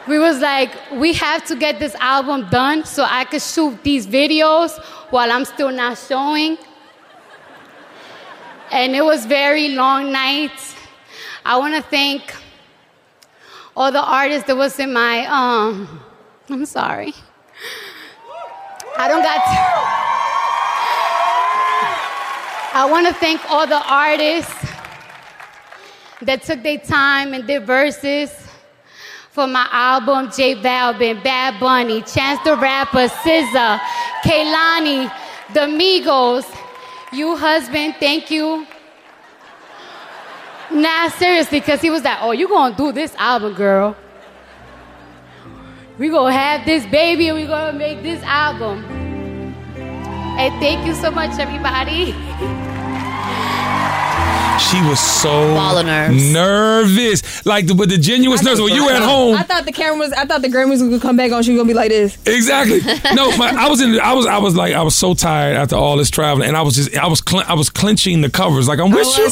Speaker 10: we was like, we have to get this album done so I could shoot these videos while I'm still not showing. And it was very long nights. I want to thank all the artists that was in my um. I'm sorry. I don't got. I want to thank all the artists that took their time and did verses for my album. J Balvin, Bad Bunny, Chance the Rapper, SZA, Kaylani, The Migos, you husband. Thank you. Nah, seriously, because he was like, "Oh, you gonna do this album, girl? We gonna have this baby, and we gonna make this album." And thank you so much, everybody.
Speaker 5: She was so nervous. Like, the, but the genuine nerves. When you were at home,
Speaker 11: I thought the camera was. I thought the Grammys was gonna come back on. She was gonna be like this.
Speaker 5: Exactly. No, my, I was in. I was. I was like. I was so tired after all this traveling, and I was just. I was. Clen- I was clenching the covers. Like I'm with you.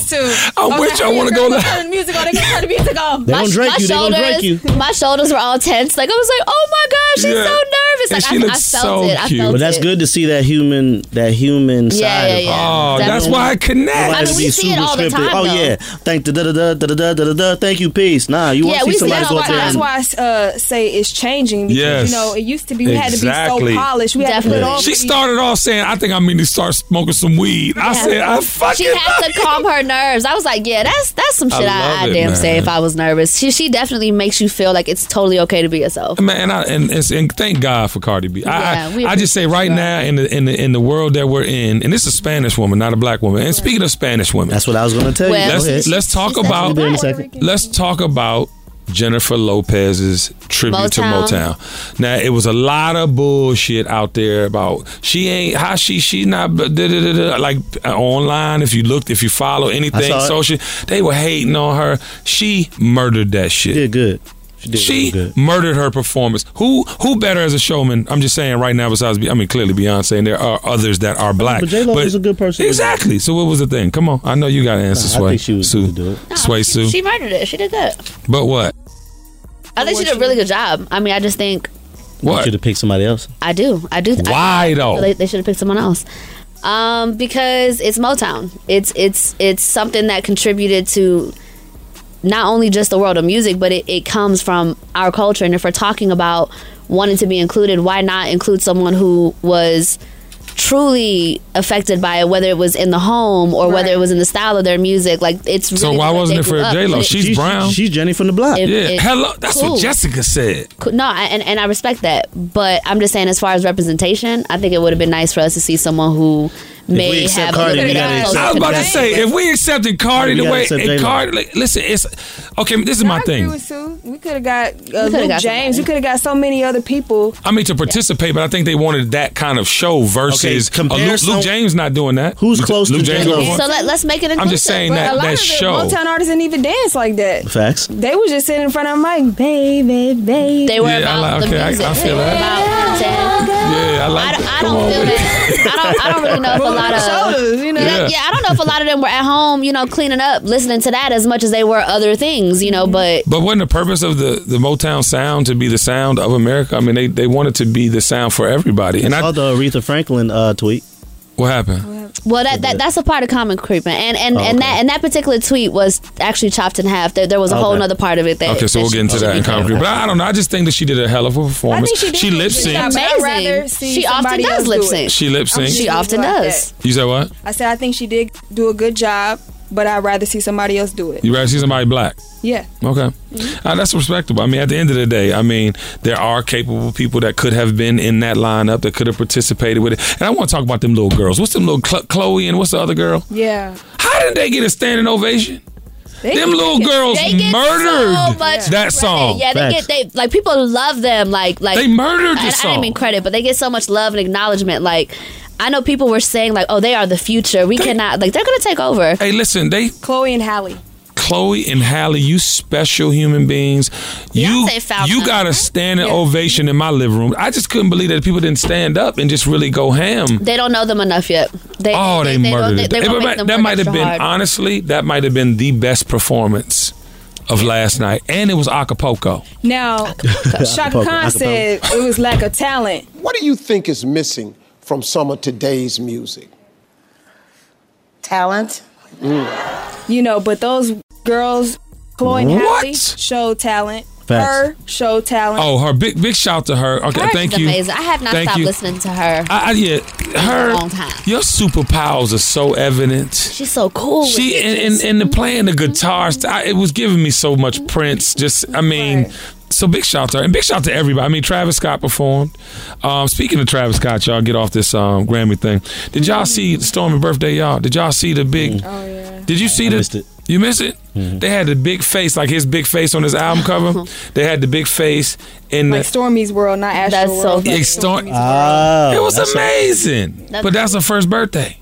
Speaker 5: I'm with you. I want to go.
Speaker 11: Turn the music on. They gonna turn the music off.
Speaker 5: They gonna Drake you. They gonna Drake
Speaker 7: shoulders- My shoulders were all tense. Like I was like, oh my gosh, she's
Speaker 6: Yeah.
Speaker 7: so nervous. Like I, I felt it. I felt
Speaker 6: But that's
Speaker 7: it.
Speaker 6: good to see that human, that human
Speaker 7: Yeah,
Speaker 6: side.
Speaker 7: yeah,
Speaker 6: of
Speaker 7: yeah. Oh, that's why I connect.
Speaker 6: Nobody
Speaker 7: I mean,
Speaker 6: to
Speaker 7: we
Speaker 6: be
Speaker 7: see it
Speaker 6: super
Speaker 7: all the time,
Speaker 6: scripted. Oh
Speaker 7: though.
Speaker 6: yeah, thank da da da da da da da da. Thank you, peace. Nah, you want to see somebody
Speaker 11: that's
Speaker 6: go
Speaker 11: why,
Speaker 6: out there.
Speaker 11: that's
Speaker 6: and-
Speaker 11: why I uh, say it's changing because
Speaker 5: Yes.
Speaker 11: you know it used to be we had to be
Speaker 5: Exactly.
Speaker 11: so polished. We had to put on.
Speaker 5: She started off saying, "I think I mean to start smoking some weed." I said, "I fucking."
Speaker 7: She had to calm her nerves. I was like, yeah, that's that's some
Speaker 5: I
Speaker 7: shit I,
Speaker 5: love
Speaker 7: I,
Speaker 5: it,
Speaker 7: damn say
Speaker 5: man.
Speaker 7: if I was nervous. She she definitely makes you feel like it's totally okay to be yourself.
Speaker 5: Man, and, I, and, it's- and thank God for Cardi B. I,
Speaker 7: Yeah, we
Speaker 5: I, I just say right now in the in the in the world that we're in, and this is a Spanish woman, not a black woman. And speaking of Spanish women, that's
Speaker 6: what I was going to tell
Speaker 7: you. Well, Go
Speaker 5: let's,
Speaker 7: ahead.
Speaker 5: let's talk
Speaker 7: She said
Speaker 5: about
Speaker 7: she's black.
Speaker 5: let's talk about Jennifer Lopez's tribute to
Speaker 7: Motown.
Speaker 5: Motown. Now it was a lot of bullshit out there about she ain't how she she not da, da, da, da, like uh, online. If you looked, if you follow anything
Speaker 6: saw it.
Speaker 5: social, they were hating on her. She murdered that shit.
Speaker 6: Did good. She,
Speaker 5: murdered her performance. Who who better as a showman? I'm just saying right now. Besides, Be- I mean, clearly Beyonce, and there are others that are black.
Speaker 6: But J Lo is a good person.
Speaker 5: Exactly. So what was the thing? Come on, I know you got to answer.
Speaker 6: Nah, I
Speaker 5: Sway
Speaker 6: think she was
Speaker 5: Sue.
Speaker 7: No,
Speaker 5: Sway
Speaker 7: she-
Speaker 5: Sue.
Speaker 7: She murdered it. She did good.
Speaker 5: but what?
Speaker 7: I think she did a really good job. I mean, I just think
Speaker 5: What?
Speaker 6: Should have picked somebody else.
Speaker 7: I do. I do. I-
Speaker 5: Why, though?
Speaker 7: They, they should have picked someone else. Um, because it's Motown. It's it's it's something that contributed to not only just the world of music, but it, it comes from our culture. And if we're talking about wanting to be included, why not include someone who was truly affected by it, whether it was in the home or whether it was in the style of their music? Like it's really
Speaker 5: So why
Speaker 7: what
Speaker 5: wasn't
Speaker 7: they
Speaker 5: it for
Speaker 7: grew up
Speaker 5: J Lo?
Speaker 7: with.
Speaker 5: She's brown.
Speaker 6: She's Jenny from the block.
Speaker 7: It-
Speaker 5: yeah.
Speaker 7: it-
Speaker 5: Hello. That's
Speaker 7: cool.
Speaker 5: what Jessica said.
Speaker 7: Cool. No, I, and, and I respect that. But I'm just saying, as far as representation, I think it would have been nice for us to see someone who may have a little bit of closer
Speaker 5: I was about to
Speaker 7: connection.
Speaker 5: say if we accepted Cardi
Speaker 6: We
Speaker 5: the
Speaker 6: gotta
Speaker 5: way
Speaker 6: accept
Speaker 5: and
Speaker 6: J-Lo.
Speaker 5: Cardi, like, listen, it's okay. This is my
Speaker 11: Agree
Speaker 5: thing.
Speaker 11: with Sue. We could have got uh,
Speaker 7: coulda
Speaker 11: Luke
Speaker 7: got
Speaker 11: James. We could have got so many other people.
Speaker 5: I mean to participate, but I think they wanted that kind of show versus
Speaker 6: Okay,
Speaker 5: uh,
Speaker 6: compare
Speaker 5: Luke,
Speaker 6: some-
Speaker 5: Luke James not doing that. Who's
Speaker 6: close to J-Lo?
Speaker 5: going
Speaker 7: So
Speaker 5: for-
Speaker 7: let, us make it inclusive.
Speaker 5: I'm just saying
Speaker 11: But
Speaker 5: that
Speaker 11: a lot
Speaker 5: that
Speaker 11: of the
Speaker 5: show.
Speaker 11: Motown artists didn't even dance like that.
Speaker 6: Facts.
Speaker 11: They was just sitting in front of my mic, baby, baby.
Speaker 7: They were
Speaker 5: Yeah, I
Speaker 7: about
Speaker 5: like- okay,
Speaker 7: the
Speaker 5: I-
Speaker 7: music.
Speaker 5: I feel
Speaker 7: They were
Speaker 5: that.
Speaker 7: about dance.
Speaker 5: Yeah, I like.
Speaker 7: I don't feel that. I don't. I don't really know if a lot of
Speaker 11: Shoulders, you know?
Speaker 7: yeah. yeah, I don't know if a lot of them were at home, you know, cleaning up, listening to that as much as they were other things, you know. But
Speaker 5: But wasn't the purpose of the, the Motown sound to be the sound of America? I mean, they, they wanted to be the sound for everybody. And
Speaker 6: I saw
Speaker 5: I,
Speaker 6: the Aretha Franklin uh, tweet.
Speaker 5: what happened?
Speaker 7: well, that, that that's a part of common creeping, and and,
Speaker 6: Oh,
Speaker 7: and
Speaker 6: okay.
Speaker 7: that and that particular tweet was actually chopped in half. There, there was a whole
Speaker 6: Okay.
Speaker 7: other part of it that.
Speaker 5: okay, so
Speaker 7: that
Speaker 5: we'll get into
Speaker 7: should
Speaker 5: that
Speaker 7: be
Speaker 5: in concrete.
Speaker 7: clarified.
Speaker 5: But I don't know. I just think that she did a hell of a performance.
Speaker 11: I think she did.
Speaker 5: lip
Speaker 11: She did.
Speaker 5: synced.
Speaker 11: I'd rather
Speaker 7: amazing.
Speaker 11: see
Speaker 7: She often
Speaker 11: somebody
Speaker 7: does
Speaker 11: else do
Speaker 7: lip
Speaker 11: it.
Speaker 7: sync.
Speaker 5: She lip synced.
Speaker 7: She often
Speaker 11: like
Speaker 7: does.
Speaker 5: You said what?
Speaker 11: I said I think she did do a good job, but I'd rather see somebody else do it.
Speaker 5: You rather see somebody black?
Speaker 11: Yeah.
Speaker 5: Okay,
Speaker 11: Mm-hmm.
Speaker 5: Uh, that's respectable. I mean, at the end of the day, I mean, there are capable people that could have been in that lineup that could have participated with it. And I want to talk about them little girls. What's them little Cl- Chloe and what's the other girl?
Speaker 11: Yeah.
Speaker 5: How did they get a standing ovation?
Speaker 7: They
Speaker 5: Them little
Speaker 7: get-
Speaker 5: girls
Speaker 7: they get so
Speaker 5: murdered
Speaker 7: much
Speaker 5: that song.
Speaker 7: Yeah, they get they like people love them. Like like
Speaker 5: They murdered the
Speaker 7: I, I
Speaker 5: song.
Speaker 7: didn't mean credit, but they get so much love and acknowledgement. Like I know people were saying like, oh, they are the future. We cannot like they're gonna take over.
Speaker 5: Hey, listen, they
Speaker 11: Chloe and Hallie.
Speaker 5: Chloe and Hallie, you special human beings. You
Speaker 7: Beyonce found
Speaker 5: you
Speaker 7: them,
Speaker 5: got a standing ovation in my living room. I just couldn't believe that people didn't stand up and just really go ham.
Speaker 7: They don't know them enough yet. They,
Speaker 5: Oh, they,
Speaker 7: don't-
Speaker 5: murdered
Speaker 7: they-
Speaker 5: it.
Speaker 7: they
Speaker 5: It
Speaker 7: won't make
Speaker 5: might-
Speaker 7: them
Speaker 5: that
Speaker 7: work
Speaker 5: might have
Speaker 7: extra
Speaker 5: been
Speaker 7: hard.
Speaker 5: honestly, that might have been the best performance of last night, and it was Acapulco.
Speaker 11: Now, Shaka
Speaker 5: Acapulco,
Speaker 11: Khan said
Speaker 5: Acapulco.
Speaker 11: it was lack of talent.
Speaker 12: What do you think is missing from some of today's music? Mm.
Speaker 11: Talent. You know, but those girls, Chloe and
Speaker 5: What?
Speaker 11: Hallie, showed talent.
Speaker 5: Facts.
Speaker 11: Her showed talent.
Speaker 5: Oh, her big big shout to her. Okay,
Speaker 7: Hers
Speaker 5: thank
Speaker 7: is
Speaker 5: you.
Speaker 7: amazing. I have not
Speaker 5: Thank
Speaker 7: stopped
Speaker 5: you.
Speaker 7: listening to her.
Speaker 5: I, I, yeah, her.
Speaker 7: long time.
Speaker 5: Your superpowers are so evident.
Speaker 7: She's so cool.
Speaker 5: She and, and, and the playing the guitars, I, it was giving me so much Prince. Just, I mean, so big shout to her and big shout to everybody. I mean, Travis Scott performed. Um, speaking of Travis Scott, y'all get off this um, Grammy thing. Did y'all see Stormy birthday, y'all? Did y'all see the big? Oh yeah. Did you see the? You missed it. They had the big face, like his big face on his album cover. they had the big face in
Speaker 11: Like
Speaker 5: the
Speaker 11: Stormy's world, not Astro's
Speaker 7: That's so
Speaker 11: world. but
Speaker 5: Extort-
Speaker 6: Oh,
Speaker 5: it was
Speaker 6: that's-
Speaker 5: amazing.
Speaker 11: That's-
Speaker 5: but that's her first birthday.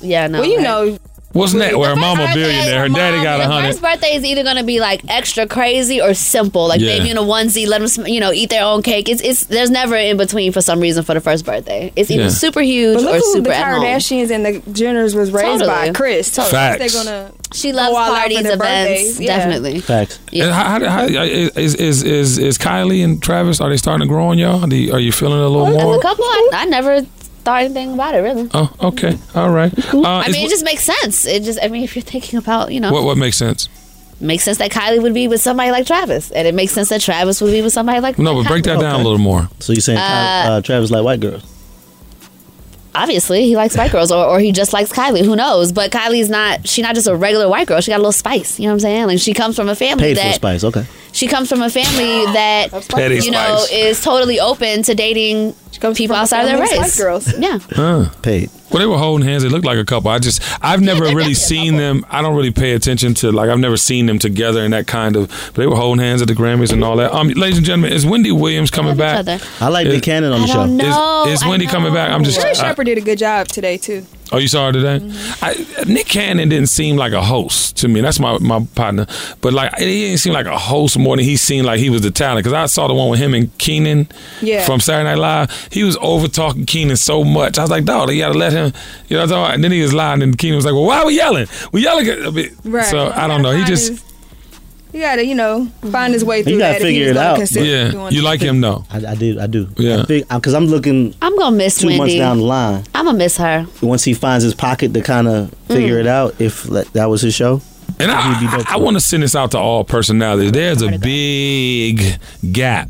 Speaker 7: Yeah, no.
Speaker 11: Well, you know,
Speaker 5: Wasn't that where her mama
Speaker 7: birthday,
Speaker 5: billionaire, her daddy got a
Speaker 7: the
Speaker 5: hundred.
Speaker 7: first birthday is either gonna be like extra crazy or simple, like
Speaker 5: Yeah.
Speaker 7: baby in a onesie, let them you know eat their own cake. It's it's there's never an in between for some reason for the first birthday. It's either
Speaker 5: Yeah.
Speaker 7: super huge
Speaker 11: But look
Speaker 7: or
Speaker 11: who
Speaker 7: super
Speaker 11: the
Speaker 7: at home.
Speaker 11: Kardashians and the Jenners was raised by
Speaker 7: Totally.
Speaker 11: Chris.
Speaker 7: Totally.
Speaker 5: Facts.
Speaker 11: They're gonna
Speaker 7: She loves
Speaker 11: go all out for
Speaker 7: parties,
Speaker 11: their
Speaker 7: events,
Speaker 11: birthdays. Yeah.
Speaker 7: definitely.
Speaker 6: Facts.
Speaker 5: And how, how, how, is, is is is Kylie and Travis are they starting to grow on y'all? Do you- are you feeling a little
Speaker 7: As
Speaker 5: more?
Speaker 7: a couple, I, I never thought anything about it really.
Speaker 5: Oh, okay, all right. Uh,
Speaker 7: I
Speaker 5: is-
Speaker 7: mean, it just makes sense. It just I mean, if you're thinking about you know,
Speaker 5: what what makes sense?
Speaker 7: makes sense that Kylie would be with somebody like Travis, and it makes sense that Travis would be with somebody like
Speaker 5: No, but break that down a little more.
Speaker 6: So you saying Kylie-
Speaker 7: Uh,
Speaker 6: uh, Travis like white girls?
Speaker 7: obviously he likes white girls or, or he just likes kylie who knows but kylie's not she not just a regular white girl she got a little spice you know what i'm saying like she comes from a family
Speaker 6: Paid for
Speaker 7: that
Speaker 6: spice. Okay.
Speaker 7: she comes from a family that
Speaker 6: Petty
Speaker 7: you know
Speaker 6: spice.
Speaker 7: is totally open to dating people outside of their
Speaker 11: family of
Speaker 7: race
Speaker 11: white girls
Speaker 7: yeah
Speaker 6: Paid.
Speaker 5: Well, they were holding hands. They looked like a couple. I just, I've never really seen them. I don't really pay attention to, like, I've never seen them together in that kind of. But they were holding hands at the Grammys and all that. Um, ladies and gentlemen, is Wendy Williams coming back?
Speaker 7: other.
Speaker 6: I like Nick Cannon on the show.
Speaker 11: know,
Speaker 5: Is, is
Speaker 11: I
Speaker 5: Wendy coming back? I'm just.
Speaker 11: Sherry
Speaker 5: I-
Speaker 11: Shepard did a good job today too.
Speaker 5: Oh, you saw her today? I, Nick Cannon didn't seem like a host to me. That's my, my partner. But like, he didn't seem like a host more than he seemed like he was the talent. Because I saw the one with him and Keenan
Speaker 13: Yeah.
Speaker 5: from Saturday Night Live. He was over talking Keenan so much. I was like, dog, you got to let him. You know what I'm talking about? And then he was lying, and Keenan was like, well, why are we yelling? We yelling at a bit.
Speaker 11: Right.
Speaker 5: So I don't know. He just,
Speaker 11: You gotta, you know, find his way through
Speaker 6: You
Speaker 11: that.
Speaker 6: gotta
Speaker 11: if he
Speaker 6: figure
Speaker 11: was
Speaker 6: it
Speaker 11: gonna
Speaker 6: out.
Speaker 11: consider
Speaker 5: yeah.
Speaker 11: doing
Speaker 5: You
Speaker 11: it.
Speaker 5: like him, though.
Speaker 6: I, I do. I do.
Speaker 5: Yeah.
Speaker 6: Because I'm looking
Speaker 7: i'm gonna miss
Speaker 6: two months
Speaker 7: wendy
Speaker 6: down the line.
Speaker 7: i'm gonna miss her
Speaker 6: Once he finds his pocket to kind of figure it out, if like, that was his show.
Speaker 5: And I, I, want to send this out to all personalities. There's a big gap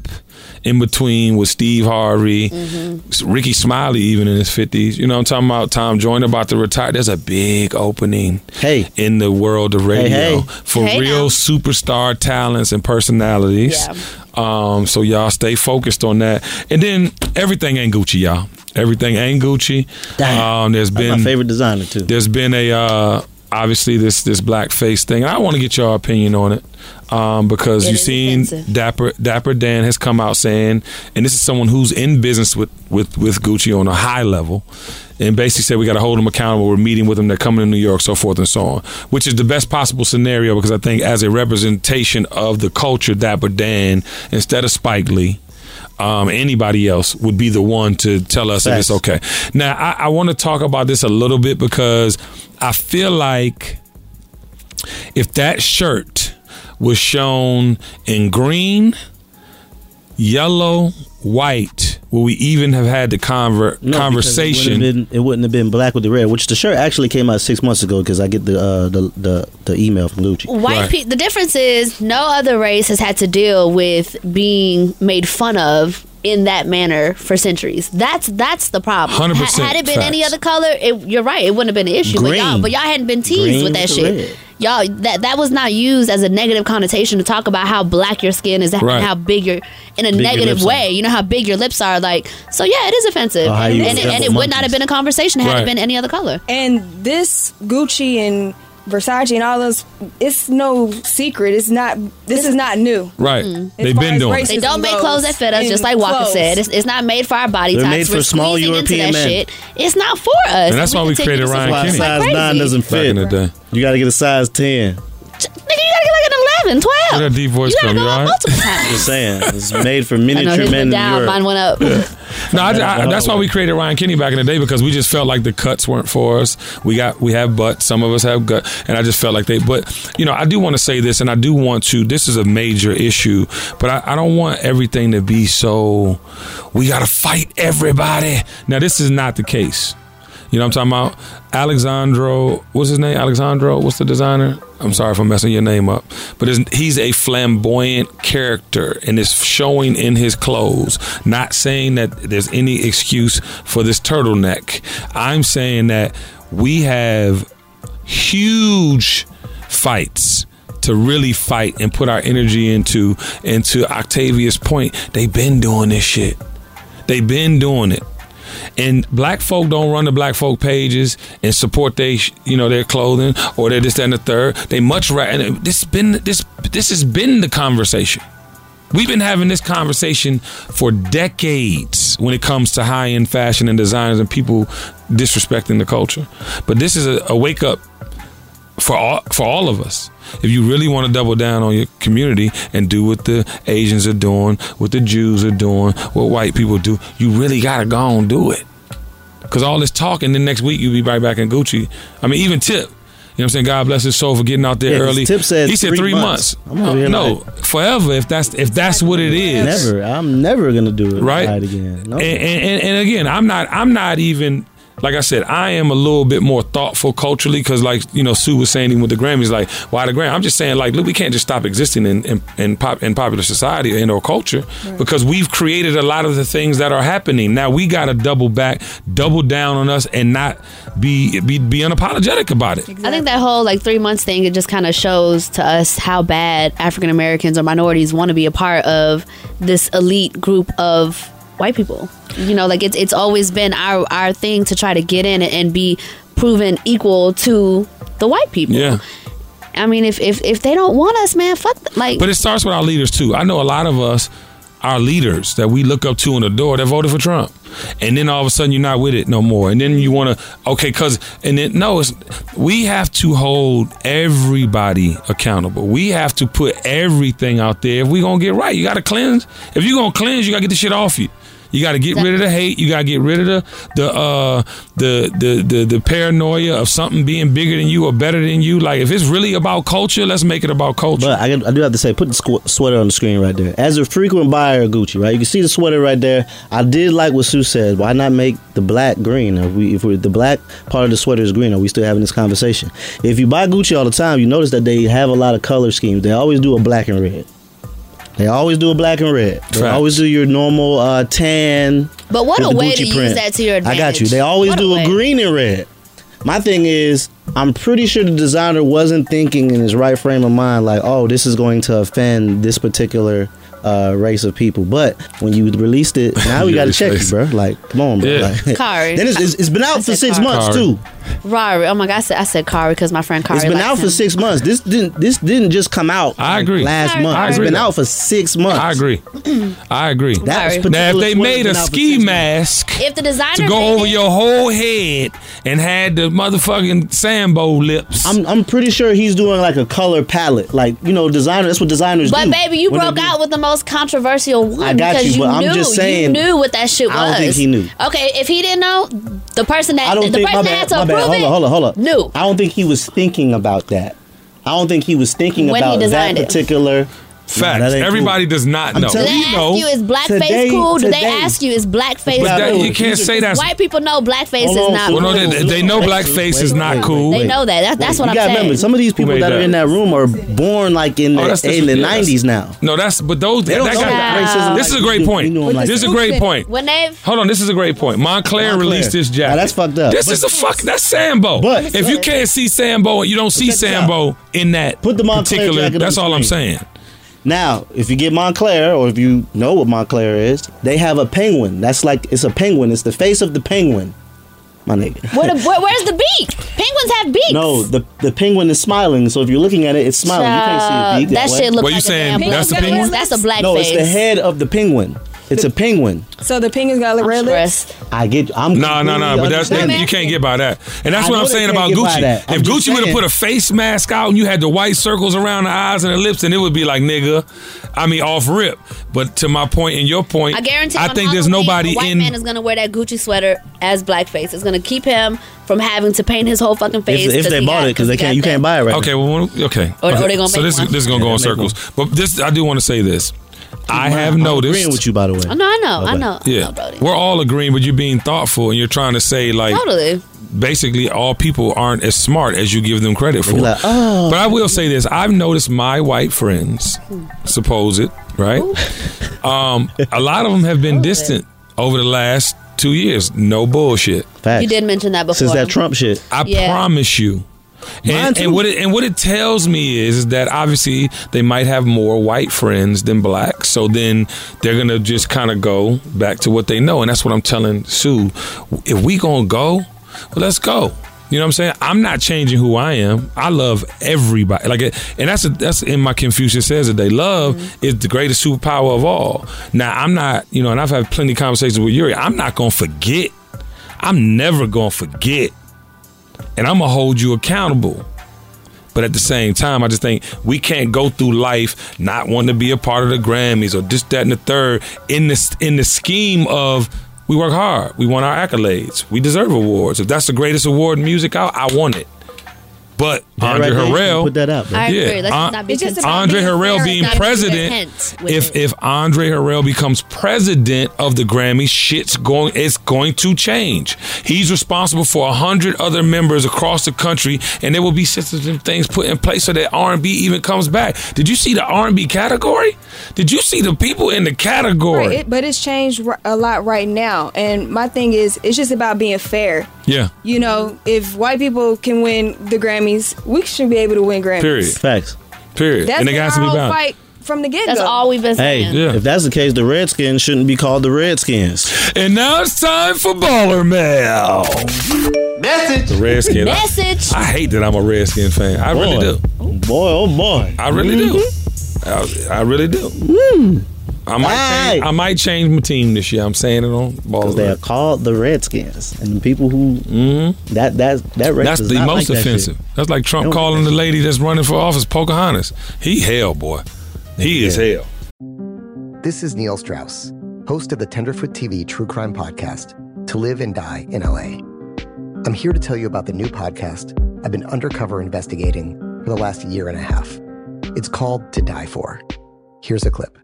Speaker 5: in between with Steve Harvey,
Speaker 6: Mm-hmm.
Speaker 5: Ricky Smiley, even in his 50s. You know what I'm talking about? Tom Joyner about to retire. There's a big opening hey. in the world of
Speaker 6: hey.
Speaker 5: radio for
Speaker 6: Hey
Speaker 5: real superstar talents and personalities. Um, so y'all stay focused on that. And then everything ain't Gucci, y'all. Everything ain't Gucci. Um, there's
Speaker 6: That's
Speaker 5: been
Speaker 6: my favorite designer too.
Speaker 5: there's been a uh, obviously this this blackface thing. I want to get your opinion on it um, because
Speaker 14: It
Speaker 5: you've
Speaker 14: is
Speaker 5: seen
Speaker 14: offensive.
Speaker 5: Dapper Dapper Dan has come out saying, and this is someone who's in business with with with Gucci on a high level, and basically said we got to hold them accountable. We're meeting with them. They're coming to New York, so forth and so on, which is the best possible scenario because I think as a representation of the culture, Dapper Dan instead of Spike Lee. Um, anybody else would be the one to tell us if it's
Speaker 6: Facts.
Speaker 5: okay okay. Now, I, I want to talk about this a little bit because I feel like if that shirt was shown in green, yellow, white, would we even have had the conver-
Speaker 6: No, because It
Speaker 5: conversation?
Speaker 6: wouldn't, have been, it wouldn't have been black with the red, which the shirt actually came out six months ago because I get the, uh, the the the email from Gucci.
Speaker 7: White pe- the difference is no other race has had to deal with being made fun of in that manner for centuries. That's that's the problem.
Speaker 5: 100%
Speaker 7: had it been any
Speaker 5: facts.
Speaker 7: other color, it, you're right, it wouldn't have been an issue. But y'all,
Speaker 5: Green.
Speaker 7: but y'all hadn't been teased
Speaker 5: Green
Speaker 7: with that
Speaker 5: with the
Speaker 7: shit.
Speaker 5: red.
Speaker 7: Y'all, that that was not used as a negative connotation to talk about how black your skin is, and
Speaker 5: Right.
Speaker 7: how big your in a
Speaker 5: Big your lips
Speaker 7: negative
Speaker 5: are.
Speaker 7: way. You know how big your lips are. Like, so yeah, it is offensive,
Speaker 5: Or Oh, how
Speaker 7: and,
Speaker 5: you
Speaker 7: and it, and
Speaker 5: resemble
Speaker 7: it would not
Speaker 5: monkeys.
Speaker 7: have been a conversation had
Speaker 5: Right.
Speaker 7: it been any other color.
Speaker 11: And this Gucci and Versace and all those. It's no secret. It's not. This is not new.
Speaker 5: Right.
Speaker 11: Mm. As
Speaker 5: They've
Speaker 11: far
Speaker 5: been
Speaker 11: as
Speaker 5: doing
Speaker 11: racism
Speaker 5: it.
Speaker 7: They don't make
Speaker 11: goes
Speaker 7: clothes that fit us,
Speaker 11: in
Speaker 7: just like Walker
Speaker 11: clothes.
Speaker 7: said. It's, it's not made for our body
Speaker 6: They're
Speaker 7: types.
Speaker 6: made
Speaker 7: We're
Speaker 6: for small
Speaker 7: squeezing
Speaker 6: European
Speaker 7: into that
Speaker 6: men.
Speaker 7: Shit. It's not for us.
Speaker 5: And that's why we
Speaker 7: continue
Speaker 5: created
Speaker 7: to
Speaker 5: Ryan
Speaker 7: support
Speaker 6: Why
Speaker 7: us
Speaker 6: size
Speaker 7: Like
Speaker 6: nine
Speaker 7: crazy.
Speaker 6: doesn't
Speaker 5: Back
Speaker 6: fit.
Speaker 5: in the day.
Speaker 6: You got to get a size ten.
Speaker 7: Nigga, you gotta get like an 11, 12.
Speaker 5: Where that deep voice
Speaker 7: you gotta
Speaker 5: come,
Speaker 7: go
Speaker 5: you
Speaker 7: out
Speaker 5: all right?
Speaker 7: multiple times.
Speaker 6: Just saying, it's made for
Speaker 7: I know
Speaker 6: miniature
Speaker 7: his
Speaker 6: men
Speaker 7: went
Speaker 6: in
Speaker 7: down,
Speaker 6: Europe.
Speaker 7: mine went up.
Speaker 5: No, I, I- that's why we created Ryan Kenny back in the day because we just felt like the cuts weren't for us. We got we have butts. Some of us have gut, and I just felt like they. But you know, I do want to say this, and I do want to. This is a major issue, but I, I don't want everything to be so. We got to fight everybody. Now, this is not the case. You know what I'm talking about? Alexandro, what's his name? Alexandro, what's the designer? I'm sorry if I'm messing your name up. But it's- he's a flamboyant character and it's showing in his clothes. Not saying that there's any excuse for this turtleneck. I'm saying that we have huge fights to really fight and put our energy into. And to Octavia's point, they've been doing this shit. They've been doing it. And black folk don't run the black folk pages and support they, sh- you know, their clothing or their this that, and the third. They much rather. And it- this been this this has been the conversation. We've been having this conversation for decades when it comes to high end fashion and designers and people disrespecting the culture. But this is a, a wake up for all for all of us. If you really want to double down on your community and do what the Asians are doing, what the Jews are doing, what white people do, you really gotta go and do it. Cause all this talk, and then next week you'll be right back in Gucci. I mean, even Tip. You know what I'm saying? God bless his soul for getting out there
Speaker 6: Yeah, 'cause
Speaker 5: early.
Speaker 6: Tip said
Speaker 5: he said
Speaker 6: three
Speaker 5: three
Speaker 6: months.
Speaker 5: months.
Speaker 6: I'm over here
Speaker 5: no, forever. If that's if that's what it is.
Speaker 6: Never. I'm never gonna do it
Speaker 5: Right?
Speaker 6: right, again. No.
Speaker 5: And, and, and, and again, I'm not I'm not even like I said, I am a little bit more thoughtful culturally because, like you know, Sue was saying even with the Grammys, like why the Grammy? I'm just saying, like, look, we can't just stop existing in in, in, pop, in popular society and or culture because we've created a lot of the things that are happening. Now we got to double back, double down on us, and not be be be unapologetic about it.
Speaker 7: I think that whole like three months thing, it just kind of shows to us how bad African Americans or minorities want to be a part of this elite group of white people. You know, like it's it's always been our our thing to try to get in and, and be proven equal to the white people.
Speaker 5: Yeah.
Speaker 7: I mean, if if if they don't want us, man, fuck. th- Like,
Speaker 5: But it starts with our leaders too. I know a lot of us, our leaders that we look up to and adore, that voted for Trump, and then all of a sudden you're not with it no more, and then you want to okay, cause and then no, it's we have to hold everybody accountable. We have to put everything out there if we gonna get right. You got to cleanse. If you gonna cleanse, you gotta get the shit off you. You got to get rid of the hate. You got to get rid of the the, uh, the the the the paranoia of something being bigger than you or better than you. Like if it's really about culture, let's make it about culture.
Speaker 6: But I, I do have to say, put the squ- sweater on the screen right there. As a frequent buyer of Gucci, right? You can see the sweater right there. I did like what Sue said. Why not make the black green? If we, if we're, the black part of the sweater is green, are we still having this conversation? If you buy Gucci all the time, you notice that they have a lot of color schemes. They always do a black and red. They always do a black and red. They
Speaker 5: Facts.
Speaker 6: always do your normal uh, tan.
Speaker 7: But what
Speaker 6: with
Speaker 7: a
Speaker 6: the
Speaker 7: way
Speaker 6: Gucci
Speaker 7: to use
Speaker 6: print.
Speaker 7: that to your
Speaker 6: I got you.
Speaker 7: advantage.
Speaker 6: They always
Speaker 7: What a
Speaker 6: do a,
Speaker 7: way.
Speaker 6: green and red. My thing is, I'm pretty sure the designer wasn't thinking in his right frame of mind, like, oh, this is going to offend this particular uh, race of people. But when you released it, now we got
Speaker 5: Your
Speaker 6: to check you,
Speaker 5: face.
Speaker 6: bro. Like, come on, bro.
Speaker 5: Yeah.
Speaker 6: Like,
Speaker 7: Kari.
Speaker 6: Then it's, it's, it's been
Speaker 7: I
Speaker 6: out for
Speaker 7: said
Speaker 6: six
Speaker 7: Kari.
Speaker 6: months
Speaker 5: Kari.
Speaker 6: too.
Speaker 7: Rari, oh my god, I said, I said Kari because my friend Kari.
Speaker 6: It's been
Speaker 7: likes
Speaker 6: out for
Speaker 7: him.
Speaker 6: six months. This didn't. This didn't just come out.
Speaker 5: I
Speaker 6: like,
Speaker 5: agree.
Speaker 6: Last
Speaker 7: Kari,
Speaker 6: month,
Speaker 7: Kari.
Speaker 6: it's been out for six months.
Speaker 5: I agree. I agree.
Speaker 6: That was
Speaker 7: Sorry.
Speaker 5: Now,
Speaker 6: particular
Speaker 5: if they
Speaker 6: sweater
Speaker 5: made a
Speaker 6: been out for
Speaker 5: ski
Speaker 6: six months.
Speaker 5: mask
Speaker 7: If the designer
Speaker 5: to go
Speaker 7: made
Speaker 5: over
Speaker 7: it-
Speaker 5: your whole head and had the motherfucking Sambo lips,
Speaker 6: I'm I'm pretty sure he's doing like a color palette, like you know, designer. That's what designers
Speaker 7: But
Speaker 6: do.
Speaker 7: baby, you
Speaker 6: When they
Speaker 7: broke
Speaker 6: do-
Speaker 7: out with the most controversial one
Speaker 6: I got
Speaker 7: because
Speaker 6: you,
Speaker 7: you,
Speaker 6: but I'm
Speaker 7: knew
Speaker 6: just saying-
Speaker 7: you knew what that shit was.
Speaker 6: I don't think he knew.
Speaker 7: Okay, if he didn't know, the person that
Speaker 6: I don't
Speaker 7: the
Speaker 6: think. My
Speaker 7: person that had
Speaker 6: bad.
Speaker 7: to
Speaker 6: My
Speaker 7: approve
Speaker 6: bad. Hold on.
Speaker 7: it
Speaker 6: Hold on. Hold on.
Speaker 7: knew.
Speaker 6: I don't think he was thinking about that. I don't think he was thinking
Speaker 7: When he
Speaker 6: about that
Speaker 7: designed it.
Speaker 6: particular.
Speaker 5: facts.
Speaker 6: Nah, that ain't
Speaker 5: Everybody does not
Speaker 6: I'm
Speaker 5: know.
Speaker 7: Do
Speaker 6: telling
Speaker 7: they
Speaker 5: We
Speaker 7: ask
Speaker 5: know.
Speaker 7: you is blackface
Speaker 6: Today-
Speaker 7: cool? Do
Speaker 6: today.
Speaker 7: they ask you is blackface
Speaker 5: But that-
Speaker 7: cool?
Speaker 5: you can't say that's-
Speaker 7: White people know blackface
Speaker 6: Hold
Speaker 7: is
Speaker 6: on,
Speaker 7: not.
Speaker 6: Sue.
Speaker 5: Well, no,
Speaker 7: cool.
Speaker 5: they, they know blackface is not cool.
Speaker 7: They know that. that that's what
Speaker 6: Cool. You
Speaker 7: I'm
Speaker 6: gotta
Speaker 7: saying.
Speaker 6: remember, some of these people
Speaker 5: made
Speaker 6: that are
Speaker 5: that?
Speaker 6: in that room are born like in
Speaker 5: Oh,
Speaker 6: the,
Speaker 5: that's-
Speaker 6: in the
Speaker 5: yeah, that's-
Speaker 6: '90s now.
Speaker 5: No, that's but those.
Speaker 6: They don't
Speaker 5: that
Speaker 6: know
Speaker 5: got-
Speaker 6: that racism.
Speaker 5: This is a
Speaker 6: like
Speaker 5: great
Speaker 6: you-
Speaker 5: point.
Speaker 6: you knew him like
Speaker 5: This is a
Speaker 6: that.
Speaker 5: great point.
Speaker 7: when they
Speaker 5: Hold on, this is a great point. Montclair,
Speaker 6: Montclair.
Speaker 5: released this jacket.
Speaker 6: Now, that's fucked up.
Speaker 5: This
Speaker 6: But-
Speaker 5: is a fuck. That's Sambo.
Speaker 6: But-
Speaker 5: if you can't see Sambo, you don't see
Speaker 6: check this out.
Speaker 5: Sambo in that
Speaker 6: Put the Montclair
Speaker 5: particular.
Speaker 6: jacket on
Speaker 5: That's
Speaker 6: the
Speaker 5: all I'm
Speaker 6: screen.
Speaker 5: saying.
Speaker 6: Now, if you get Montclair, or if you know what Montclair is, they have a penguin. That's like it's a penguin. It's the face of the penguin. my nigga.
Speaker 7: What a, where, where's the beak? Penguins have beaks.
Speaker 6: No, the the penguin is smiling. So if you're looking at it, it's smiling. You can't see a beak.
Speaker 7: That
Speaker 6: way.
Speaker 7: shit looks like a damn black- That's a black
Speaker 6: No,
Speaker 7: face.
Speaker 6: it's the head of the penguin. It's a penguin.
Speaker 11: So the penguins got like red lips.
Speaker 6: I get. I'm.
Speaker 5: No, no, no. But that's
Speaker 6: understand
Speaker 5: that, you can't get by that, and that's
Speaker 6: I
Speaker 5: what
Speaker 6: know
Speaker 5: I'm
Speaker 6: they
Speaker 5: saying
Speaker 6: can't
Speaker 5: about
Speaker 6: get by
Speaker 5: Gucci.
Speaker 6: that. I'm
Speaker 5: If
Speaker 6: just
Speaker 5: Gucci would have
Speaker 6: saying.
Speaker 5: put a face mask out and you had the white circles around the eyes and the lips, and it would be like nigga. I mean, off rip. But to my point and your point,
Speaker 7: I guarantee.
Speaker 5: I
Speaker 7: on
Speaker 5: think there's
Speaker 7: Halloween,
Speaker 5: nobody
Speaker 7: a white
Speaker 5: in.
Speaker 7: man is gonna wear that Gucci sweater as blackface. It's gonna keep him from having to paint his whole fucking face.
Speaker 6: If, if
Speaker 7: 'cause
Speaker 6: they
Speaker 7: he
Speaker 6: bought
Speaker 7: got-
Speaker 6: it, because they can't, you can't buy it right
Speaker 5: Okay, well, okay.
Speaker 7: Or- or
Speaker 5: okay.
Speaker 7: they gonna
Speaker 5: so
Speaker 7: make
Speaker 5: this
Speaker 7: one.
Speaker 5: this is gonna
Speaker 6: Yeah,
Speaker 5: go in
Speaker 6: make one.
Speaker 5: circles. But this, I do want to say this. I have
Speaker 6: I'm
Speaker 5: noticed.
Speaker 6: agreeing with you, by the way.
Speaker 7: Oh, no, I know, I know.
Speaker 5: Yeah, we're all agreeing, but you're being thoughtful and you're trying to say like
Speaker 7: Totally.
Speaker 5: basically all people aren't as smart as you give them credit for. But I will say this: I've noticed my white friends, suppose it, right? Um, a lot of them have been distant over the last two years. No bullshit.
Speaker 7: You did mention that before.
Speaker 6: shit,
Speaker 5: I
Speaker 7: Yeah.
Speaker 5: promise you. And, and what it, and what it tells me is, is that obviously they might have more white friends than black, so then they're gonna just kind of go back to what they know, and that's what I'm telling Sue. If we gonna go, well, let's go. You know what I'm saying? I'm not changing who I am. I love everybody. Like, and that's that's in my Confucius says that they love is the greatest superpower of all. Now I'm not, you know, and I've had plenty of conversations with Yuri. I'm not gonna forget. I'm never gonna forget and I'm gonna hold you accountable. But at the same time, I just think we can't go through life not wanting to be a part of the Grammys or this, that, and the third in this in the scheme of we work hard, we want our accolades, we deserve awards. If that's the greatest award in music out, I want it. But
Speaker 6: That right there,
Speaker 5: Andre
Speaker 6: you can
Speaker 5: Harrell,
Speaker 6: put that out, bro. I agree. Let's
Speaker 5: An-
Speaker 7: not be It's just about
Speaker 5: Andre
Speaker 7: being fair
Speaker 5: Harrell
Speaker 7: and
Speaker 5: being
Speaker 7: not being
Speaker 5: president.
Speaker 7: content with
Speaker 5: If
Speaker 7: it.
Speaker 5: if Andre Harrell becomes president of the Grammy, shit's going it's going to change. He's responsible for a hundred other members across the country, and there will be systems and things put in place so that R and B even comes back. Did you see the R and B category? Did you see the people in the category?
Speaker 11: Right, it, but it's changed r- a lot right now. And my thing is, it's just about being fair.
Speaker 5: yeah.
Speaker 11: You know, if white people can win the Grammys, we should be able to win Grammys.
Speaker 5: Period.
Speaker 6: Facts.
Speaker 5: Period.
Speaker 11: That's
Speaker 6: And
Speaker 11: been
Speaker 6: it
Speaker 11: our
Speaker 6: has to be
Speaker 11: whole
Speaker 6: balanced.
Speaker 11: fight from the get go.
Speaker 7: That's all we've been
Speaker 6: Hey,
Speaker 7: saying.
Speaker 6: if that's the case, the Redskins shouldn't be called the Redskins.
Speaker 5: And now it's time for Baller
Speaker 6: Oh.
Speaker 5: Mail.
Speaker 6: Message.
Speaker 5: The Redskin. I-
Speaker 7: Message.
Speaker 5: I, hate that I'm a Redskin fan. I really do.
Speaker 6: Boy, oh boy. Mm-hmm.
Speaker 5: I really do. I, I really do. I might, change, I might change my team this year. I'm saying it on ball.
Speaker 6: They are called the Redskins, and the people who that that that
Speaker 5: Mm-hmm. That's
Speaker 6: does
Speaker 5: the
Speaker 6: not like
Speaker 5: most
Speaker 6: that
Speaker 5: offensive.
Speaker 6: shit.
Speaker 5: That's like Trump calling the lady that's running for office Pocahontas. He hell, boy. He is hell.
Speaker 13: This is Neil Strauss, host of the Tenderfoot TV True Crime Podcast, To Live and Die in LA. I'm here to tell you about the new podcast I've been undercover investigating for the last year and a half. It's called To Die For. Here's a clip.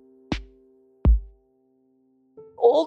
Speaker 14: all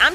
Speaker 15: I'm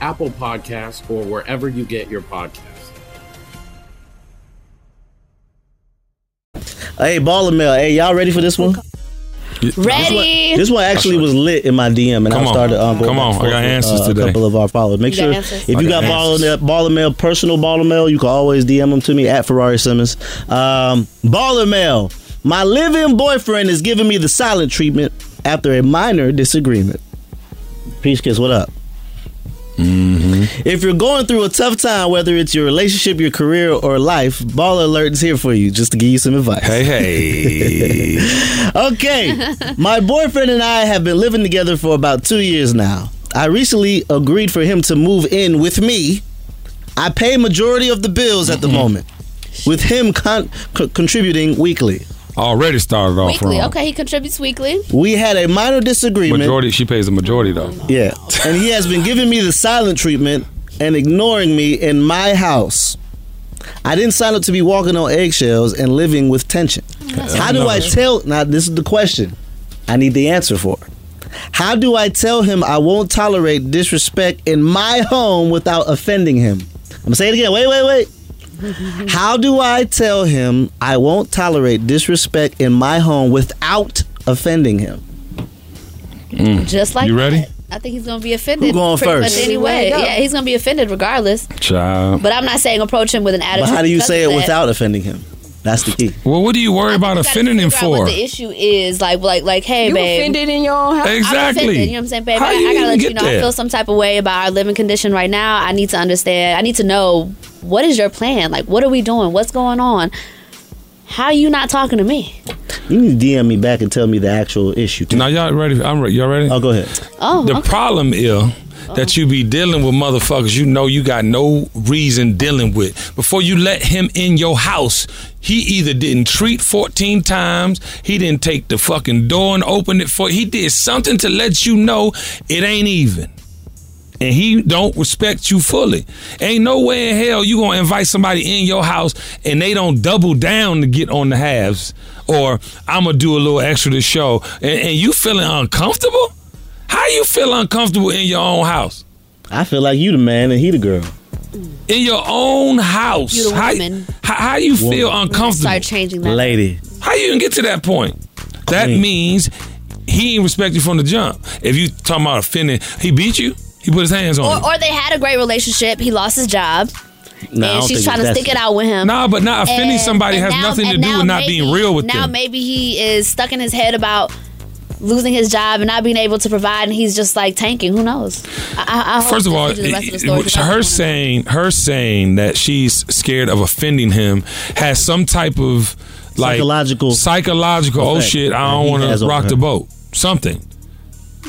Speaker 16: Apple Podcasts, or wherever you get your podcasts.
Speaker 6: Hey, baller mail. Hey, y'all ready for this one? Ready. This one, this one actually was lit in my DM, and
Speaker 5: Come
Speaker 6: I
Speaker 5: on.
Speaker 6: started. Um, going back
Speaker 5: Come on.
Speaker 6: and
Speaker 5: I
Speaker 6: forth
Speaker 5: got
Speaker 6: with,
Speaker 5: answers
Speaker 6: uh, A
Speaker 5: today.
Speaker 6: couple of our followers. Make
Speaker 5: You got
Speaker 6: sure
Speaker 5: answers?
Speaker 6: if you
Speaker 5: I
Speaker 6: got
Speaker 5: got
Speaker 6: baller
Speaker 5: answers.
Speaker 6: mail, baller mail, personal baller mail, you can always DM them to me at Ferrari Simmons. Um, baller mail. My living boyfriend is giving me the silent treatment after a minor disagreement. Peace kiss. What up?
Speaker 5: Mm-hmm.
Speaker 6: If you're going through a tough time, whether it's your relationship, your career, or life, Baller Alert is here for you just to give you some advice. Hey, hey. okay. My boyfriend and I have been living together for about two years now. I recently agreed for him to move in with me. I pay majority of the bills at the
Speaker 5: Mm-hmm.
Speaker 6: moment, with him con- co- contributing weekly.
Speaker 5: Already started off
Speaker 7: Weekly.
Speaker 5: wrong.
Speaker 7: Okay, he contributes weekly.
Speaker 6: We had a minor disagreement.
Speaker 5: Majority. She pays the majority though.
Speaker 6: Yeah. And he has been giving me the silent treatment and ignoring me in my house. I didn't sign up to be walking on eggshells and living with tension.
Speaker 5: that's
Speaker 6: How do I
Speaker 5: nice.
Speaker 6: tell? Now, this is the question I need the answer for. How do I tell him I won't tolerate disrespect in my home without offending him? I'm going to say it again. Wait, wait, wait. How do I tell him I won't tolerate disrespect in my home without offending him?
Speaker 7: Just like
Speaker 6: You ready?
Speaker 7: that. I think he's gonna be offended.
Speaker 6: Who going
Speaker 7: pretty
Speaker 6: first?
Speaker 7: Much anyway,
Speaker 6: There you go.
Speaker 7: yeah, he's gonna be offended regardless.
Speaker 5: Child.
Speaker 7: But I'm not saying approach him with an attitude.
Speaker 6: But how do you
Speaker 7: because
Speaker 6: say
Speaker 7: of
Speaker 6: it
Speaker 7: that.
Speaker 6: without offending him? That's the key.
Speaker 5: Well, what do you worry about
Speaker 7: You gotta
Speaker 5: offending him
Speaker 7: figure out
Speaker 5: for?
Speaker 7: What the issue is like, like, like, hey,
Speaker 11: You
Speaker 7: babe,
Speaker 11: offended in your own house?
Speaker 7: I'm
Speaker 5: Exactly.
Speaker 7: offended, you know what I'm saying, babe?
Speaker 5: How
Speaker 7: I,
Speaker 5: you
Speaker 7: I gotta
Speaker 5: even
Speaker 7: let you
Speaker 5: get
Speaker 7: know I
Speaker 5: there?
Speaker 7: feel some type of way about our living condition right now. I need to understand. I need to know what is your plan. Like, what are we doing? What's going on? How you not talking to me?
Speaker 6: You need to DM me back and tell me the actual issue.
Speaker 5: Now y'all ready? I'm ready. Y'all ready? Oh,
Speaker 6: go ahead.
Speaker 7: Oh,
Speaker 5: the
Speaker 7: okay. Oh.
Speaker 5: problem is that you be dealing with motherfuckers you know you got no reason dealing with. Before you let him in your house, he either didn't treat 14 times, he didn't take the fucking door and open it for he did something to let you know it ain't even. And he don't respect you fully. Ain't no way in hell you gonna invite somebody in your house and they don't double down to get on the halves, or I'ma do a little extra to show, and, and you feeling uncomfortable? How you feel uncomfortable in your own house?
Speaker 6: I feel like you the man and he the girl.
Speaker 5: In your own house,
Speaker 7: You the
Speaker 5: Oh, how,
Speaker 7: woman.
Speaker 5: how, how you feel uncomfortable?
Speaker 7: Start changing that.
Speaker 5: How you even get to that point? That means he ain't respect you from the jump. If you talking about offending, he beat you. He put his hands on you.
Speaker 7: Or, or they had a great relationship. He lost his job.
Speaker 5: Nah, I
Speaker 7: and
Speaker 5: don't
Speaker 7: she's
Speaker 5: think
Speaker 7: trying to
Speaker 5: that's
Speaker 7: stick it
Speaker 5: it.
Speaker 7: out with him.
Speaker 5: Nah, but not offending
Speaker 7: And-
Speaker 5: somebody
Speaker 7: and
Speaker 5: has nothing to
Speaker 7: and
Speaker 5: do
Speaker 7: now
Speaker 5: with not being real with
Speaker 7: now
Speaker 5: them.
Speaker 7: maybe he is stuck in his head about losing his job and not being able to provide, and he's just like tanking. Who knows? I, I, I hope
Speaker 5: First of
Speaker 7: that
Speaker 5: all,
Speaker 7: you do the rest of the story, 'cause
Speaker 5: it-
Speaker 7: I-
Speaker 5: her saying her saying that she's scared of offending him has some type of like
Speaker 6: psychological
Speaker 5: psychological. Oh
Speaker 6: effect
Speaker 5: shit! I
Speaker 6: that
Speaker 5: don't
Speaker 6: he
Speaker 5: want
Speaker 6: has
Speaker 5: to
Speaker 6: on
Speaker 5: rock
Speaker 6: her.
Speaker 5: the boat. Something.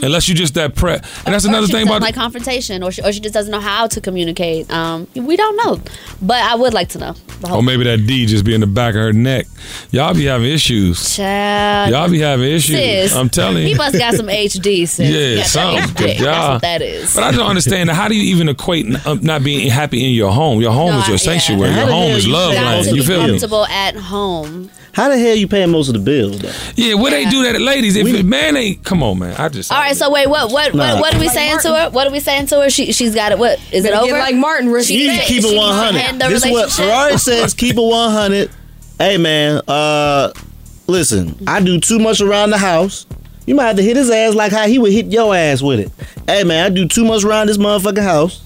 Speaker 5: Unless you just that prep, and that's another
Speaker 7: she
Speaker 5: thing
Speaker 7: doesn't
Speaker 5: about
Speaker 7: like confrontation, or she, or she just doesn't know how to communicate. Um, we don't know, but I would like to know. The whole
Speaker 5: Or oh, maybe that D just be in the back of her neck. Y'all be having issues.
Speaker 7: Child.
Speaker 5: Y'all be having issues.
Speaker 7: Sis,
Speaker 5: I'm telling you.
Speaker 7: He must got some HD. Sis. He
Speaker 5: Yeah,
Speaker 7: got that
Speaker 5: sounds
Speaker 7: HD.
Speaker 5: good.
Speaker 7: That's
Speaker 5: Yeah.
Speaker 7: what that is.
Speaker 5: But I don't understand how do you even equate n- um, not being happy in your home? Your home
Speaker 7: No,
Speaker 5: is your
Speaker 7: I-
Speaker 5: sanctuary.
Speaker 6: How
Speaker 5: Your
Speaker 6: the
Speaker 5: home
Speaker 6: hell
Speaker 5: is
Speaker 6: you
Speaker 5: love
Speaker 6: got
Speaker 5: land.
Speaker 6: to
Speaker 5: You
Speaker 6: be
Speaker 5: feel me?
Speaker 7: comfortable at home.
Speaker 6: How the hell you paying most of the bills? Though?
Speaker 5: Yeah, what they do that, ladies? If
Speaker 6: We-
Speaker 5: a man ain't, come on, man. I just
Speaker 7: All right, so wait, what, what,
Speaker 5: Nah.
Speaker 7: what, what are we saying to her? What are we saying to her? She, she's got it. What is it
Speaker 11: Better
Speaker 7: over?
Speaker 11: get like Martin, Rick.
Speaker 7: She
Speaker 6: You need
Speaker 7: said
Speaker 6: to keep
Speaker 7: she needs
Speaker 6: it
Speaker 7: to
Speaker 6: 100.
Speaker 7: end the
Speaker 6: This is what
Speaker 7: relationship.
Speaker 6: Ferrari says keep it 100. Hey, man, uh, listen, I do too much around the house. You might have to
Speaker 7: Hmm.
Speaker 6: hit his ass like how he would hit your ass with it. Hey, man, I do too much around this motherfucking house.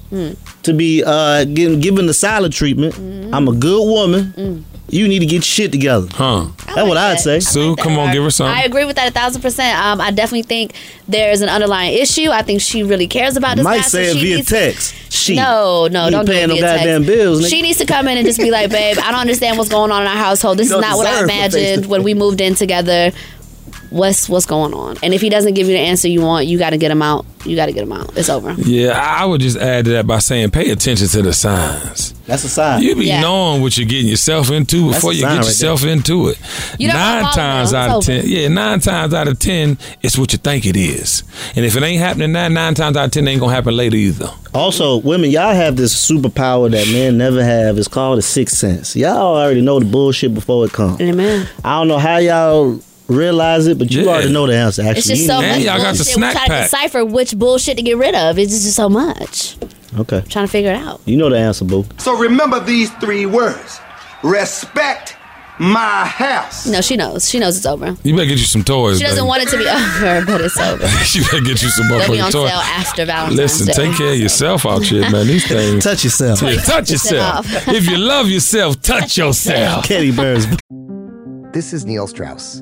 Speaker 6: to be uh, getting, given the silent treatment. I'm a good woman.
Speaker 7: Hmm.
Speaker 6: You need to get shit together.
Speaker 5: Huh.
Speaker 6: That's what I'd say.
Speaker 5: Sue, come on, give her
Speaker 7: I agree with that a thousand percent. Um, I definitely think there's an underlying issue. I think she really cares about this.
Speaker 6: Might
Speaker 7: guy, so
Speaker 6: say it
Speaker 7: she
Speaker 6: via
Speaker 7: needs-
Speaker 6: text. She.
Speaker 7: No, no,
Speaker 6: You
Speaker 7: don't do
Speaker 6: paying
Speaker 7: it
Speaker 6: no
Speaker 7: via
Speaker 6: goddamn
Speaker 7: text.
Speaker 6: bills, nigga.
Speaker 7: She needs to come in and just be like, babe, I don't understand what's going on in our household. This
Speaker 6: You
Speaker 7: is
Speaker 6: don't
Speaker 7: not what I
Speaker 6: deserve a
Speaker 7: imagined when we moved in together. What's what's going on? And if he doesn't give you the answer you want, you got to get him out. You got to get him out. It's over.
Speaker 5: Yeah, I I would just add to that by saying pay attention to the signs.
Speaker 6: That's a sign.
Speaker 5: You be
Speaker 7: Yeah.
Speaker 5: knowing what you're getting yourself into
Speaker 6: That's
Speaker 5: before
Speaker 6: a
Speaker 5: you
Speaker 6: sign
Speaker 5: get
Speaker 6: right
Speaker 5: yourself
Speaker 6: there.
Speaker 5: into it.
Speaker 7: You don't
Speaker 5: nine
Speaker 7: follow
Speaker 5: times
Speaker 7: them,
Speaker 5: out of
Speaker 7: it's
Speaker 5: ten,
Speaker 7: over.
Speaker 5: yeah, nine times out of ten, it's what you think it is. And if it ain't happening now, nine times out of ten, it ain't gonna happen later either.
Speaker 6: Also, women, y'all have this superpower that men never have. It's called a sixth sense. Y'all already know the bullshit before it comes.
Speaker 7: Amen.
Speaker 6: I don't know how y'all realize it, but you already know the answer. Actually,
Speaker 7: It's just
Speaker 6: You
Speaker 7: so
Speaker 6: know.
Speaker 7: much bullshit. we try to decipher which bullshit to get rid of. It's just so much.
Speaker 6: Okay,
Speaker 7: trying to figure it out.
Speaker 6: you know the answer, boo.
Speaker 2: So remember these three words respect my house.
Speaker 7: No, she knows. She knows it's over.
Speaker 5: You better get you some toys.
Speaker 7: She doesn't
Speaker 5: baby.
Speaker 7: want it to be over, but it's over.
Speaker 5: you better get you some
Speaker 7: They'll be on
Speaker 5: motherfucking
Speaker 7: sale
Speaker 5: toys.
Speaker 7: after Valentine's
Speaker 5: Listen,
Speaker 7: Day.
Speaker 5: take care of yourself out here, man. These things.
Speaker 6: touch yourself.
Speaker 5: Yeah, touch
Speaker 13: 20%
Speaker 5: yourself.
Speaker 13: off.
Speaker 5: if you love yourself, touch yourself.
Speaker 6: Kenny Burns.
Speaker 13: This is Neil Strauss,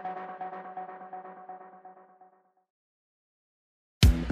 Speaker 17: Mm-hmm.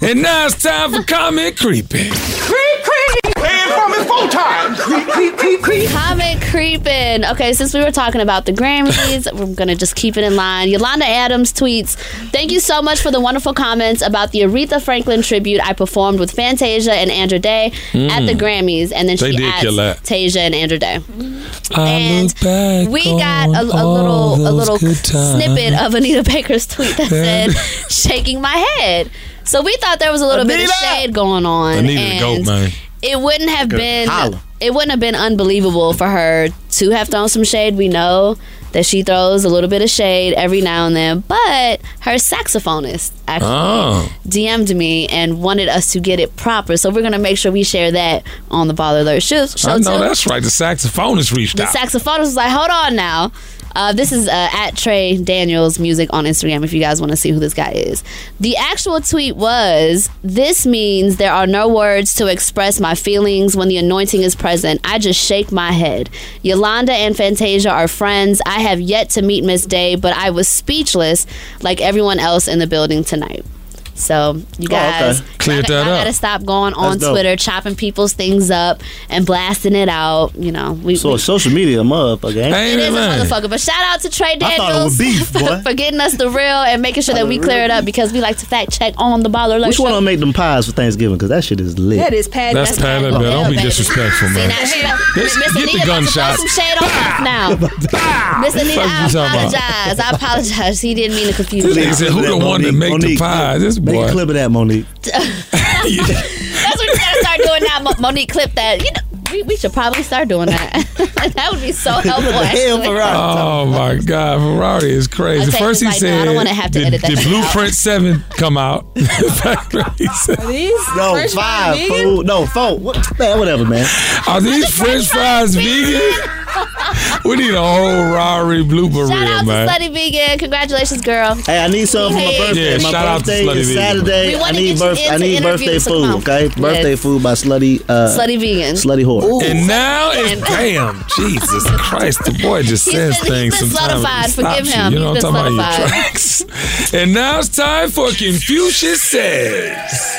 Speaker 5: And now it's time for comment creeping.
Speaker 2: Creep, creep! Paying for me full time! Creep, creep,
Speaker 7: creep, creep. Comic creeping. Okay, since we were talking about the Grammys, we're gonna just keep it in line. Yolanda Adams tweets, "Thank you so much for the wonderful comments about the Aretha Franklin tribute I performed with Fantasia and Andra Day at the
Speaker 5: Mm.
Speaker 7: Grammys." And then
Speaker 5: They
Speaker 7: she
Speaker 5: did
Speaker 7: adds
Speaker 5: kill that.
Speaker 7: Tasia and Andra Day.
Speaker 5: I look back
Speaker 7: We got a, a
Speaker 5: on all
Speaker 7: little a
Speaker 5: those
Speaker 7: little
Speaker 5: good times.
Speaker 7: snippet of Anita Baker's tweet that said, "Shaking my head." So we thought there was a little bit of shade going on.
Speaker 5: Anita the
Speaker 7: and
Speaker 5: goat, man.
Speaker 7: it wouldn't have
Speaker 5: Good
Speaker 7: been
Speaker 5: holla.
Speaker 7: it wouldn't have been unbelievable for her to have thrown some shade. We know that she throws a little bit of shade every now and then, but her saxophonist actually
Speaker 5: Oh.
Speaker 7: DM'd me and wanted us to get it proper. So we're gonna make sure we share that on the Baller Alert show. show
Speaker 5: I know
Speaker 7: too.
Speaker 5: that's right. The saxophonist reached
Speaker 7: The
Speaker 5: out.
Speaker 7: saxophonist was like, "Hold on now." Uh, this is uh, at Trey Daniels Music on Instagram. If you guys want to see who this guy is, the actual tweet was: "This means there are no words to express my feelings when the anointing is present. I just shake my head. Yolanda and Fantasia are friends. I have yet to meet Miss Day, but I was speechless, like everyone else in the building tonight." So you
Speaker 5: Oh, okay.
Speaker 7: guys,
Speaker 5: Cleared
Speaker 7: y'all-
Speaker 5: that
Speaker 7: y'all
Speaker 5: up.
Speaker 7: gotta stop going on
Speaker 6: That's dope.
Speaker 7: Twitter, chopping people's things up and blasting it out. You know, we,
Speaker 6: So
Speaker 7: we-
Speaker 6: it's social media, mug again.
Speaker 7: it is a motherfucker. But shout out to Trey
Speaker 6: I
Speaker 7: Daniels
Speaker 6: thought it was beef,
Speaker 7: for,
Speaker 6: boy.
Speaker 7: for getting us the real and making sure that we clear it up because we like to fact check on the baller. Alert
Speaker 6: Which one
Speaker 7: Show.
Speaker 6: gonna make them pies for Thanksgiving? Because that shit is lit.
Speaker 7: That is Pat- That's that's Pat Pat LaBelle. LaBelle,
Speaker 5: Don't be
Speaker 7: baby.
Speaker 5: disrespectful,
Speaker 7: See,
Speaker 5: man.
Speaker 7: now she about-
Speaker 5: This-
Speaker 7: Miss
Speaker 5: get
Speaker 7: Anita
Speaker 5: the
Speaker 7: about to throw
Speaker 5: gunshots.
Speaker 7: some shade on us now. Miss
Speaker 5: Fuck
Speaker 7: Anita,
Speaker 5: you
Speaker 7: I
Speaker 5: talking about?
Speaker 7: apologize. I apologize. He didn't mean to confuse
Speaker 5: This
Speaker 7: you.
Speaker 5: nigga said, "Who the one that make the pie?" This
Speaker 6: Make
Speaker 5: boy.
Speaker 6: a clip of that, Monique.
Speaker 7: That's what you gotta start doing now, Mo- Monique. Clip that. You know, we, we should probably start doing that. that would be so helpful. actually.
Speaker 5: Oh my God, Ferrari is crazy.
Speaker 7: Okay,
Speaker 5: First he
Speaker 7: he's like,
Speaker 5: said,
Speaker 7: no, I don't wanna have to
Speaker 5: did,
Speaker 7: edit that
Speaker 5: did
Speaker 7: shit out."
Speaker 5: Blueprint Seven come out?"
Speaker 9: these
Speaker 6: no
Speaker 5: French fries
Speaker 6: five,
Speaker 5: vegan?
Speaker 6: fool. no four. What, man, whatever, man.
Speaker 5: Are these French fries vegan? we need a whole Ferrari blooper
Speaker 7: Shout
Speaker 5: reel,
Speaker 7: out to
Speaker 5: man.
Speaker 7: Slutty Vegan. Congratulations, girl.
Speaker 6: Hey, I need something for my
Speaker 7: Hey.
Speaker 6: birthday.
Speaker 5: Yeah,
Speaker 6: my
Speaker 5: shout out to
Speaker 6: birthday
Speaker 5: Slutty
Speaker 6: is
Speaker 5: Vegan.
Speaker 7: We
Speaker 6: Saturday. I
Speaker 7: wanna
Speaker 6: need
Speaker 7: get you
Speaker 6: birth. I
Speaker 7: into
Speaker 6: need
Speaker 7: interviews,
Speaker 6: birthday
Speaker 7: so
Speaker 6: food.
Speaker 7: come on.
Speaker 6: Okay, birthday
Speaker 7: Yes.
Speaker 6: food by Slutty. Uh,
Speaker 7: Slutty Vegan.
Speaker 6: Slutty whore.
Speaker 5: And now it's damn, Jesus Christ, the boy just
Speaker 7: He's
Speaker 5: says
Speaker 7: been- he's been
Speaker 5: things sometimes.
Speaker 7: sluttified.
Speaker 5: it stops
Speaker 7: Forgive
Speaker 5: you.
Speaker 7: him.
Speaker 5: You know
Speaker 7: He's
Speaker 5: what I'm
Speaker 7: been
Speaker 5: talking about? Your
Speaker 7: sluttified.
Speaker 5: tracks. And now it's time for Confucius Says.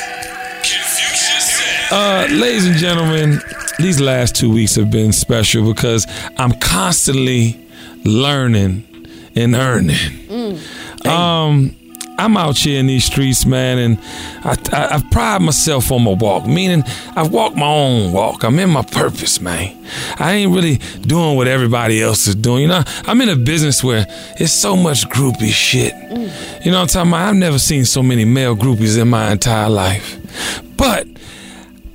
Speaker 5: Uh, ladies and gentlemen, these last two weeks have been special because I'm constantly learning and earning. Um, I'm out here in these streets, man, and I, I, I pride myself on my walk, meaning I've walked my own walk. I'm in my purpose, man. I ain't really doing what everybody else is doing. You know, I'm in a business where it's so much groupie shit. You know what I'm talking about? I've never seen so many male groupies in my entire life. But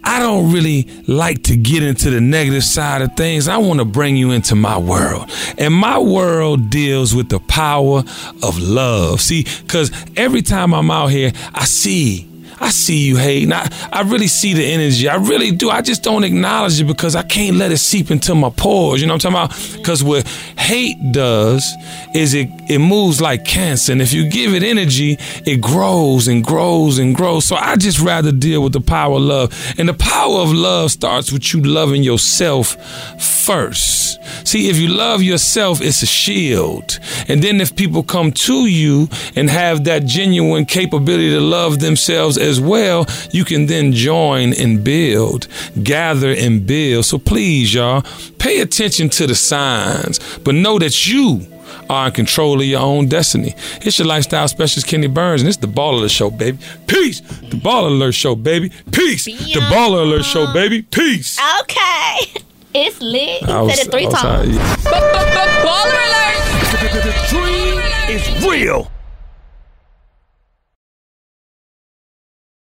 Speaker 5: I don't really like to get into the negative side of things. I want to bring you into my world. And my world deals with the power of love. See, because every time I'm out here, I see. I see you hating. I, I really see the energy. I really do. I just don't acknowledge it because I can't let it seep into my pores. You know what I'm talking about? Because what hate does is it, it moves like cancer. And if you give it energy, it grows and grows and grows. So I just rather deal with the power of love. And the power of love starts with you loving yourself first. See, if you love yourself, it's a shield. And then if people come to you and have that genuine capability to love themselves as well, you can then join and build, gather and build. So please, y'all, pay attention to the signs, but know that you are in control of your own destiny. It's your lifestyle specialist, Kenny Burns, and it's the Baller Alert Show, baby. Peace. The Baller Alert Show, baby. Peace. The Baller Alert Show, baby. Peace.
Speaker 7: Okay. It's lit. He
Speaker 5: I was-
Speaker 7: said it three
Speaker 5: I was
Speaker 7: times.
Speaker 5: high,
Speaker 7: Baller alert.
Speaker 2: The dream is real.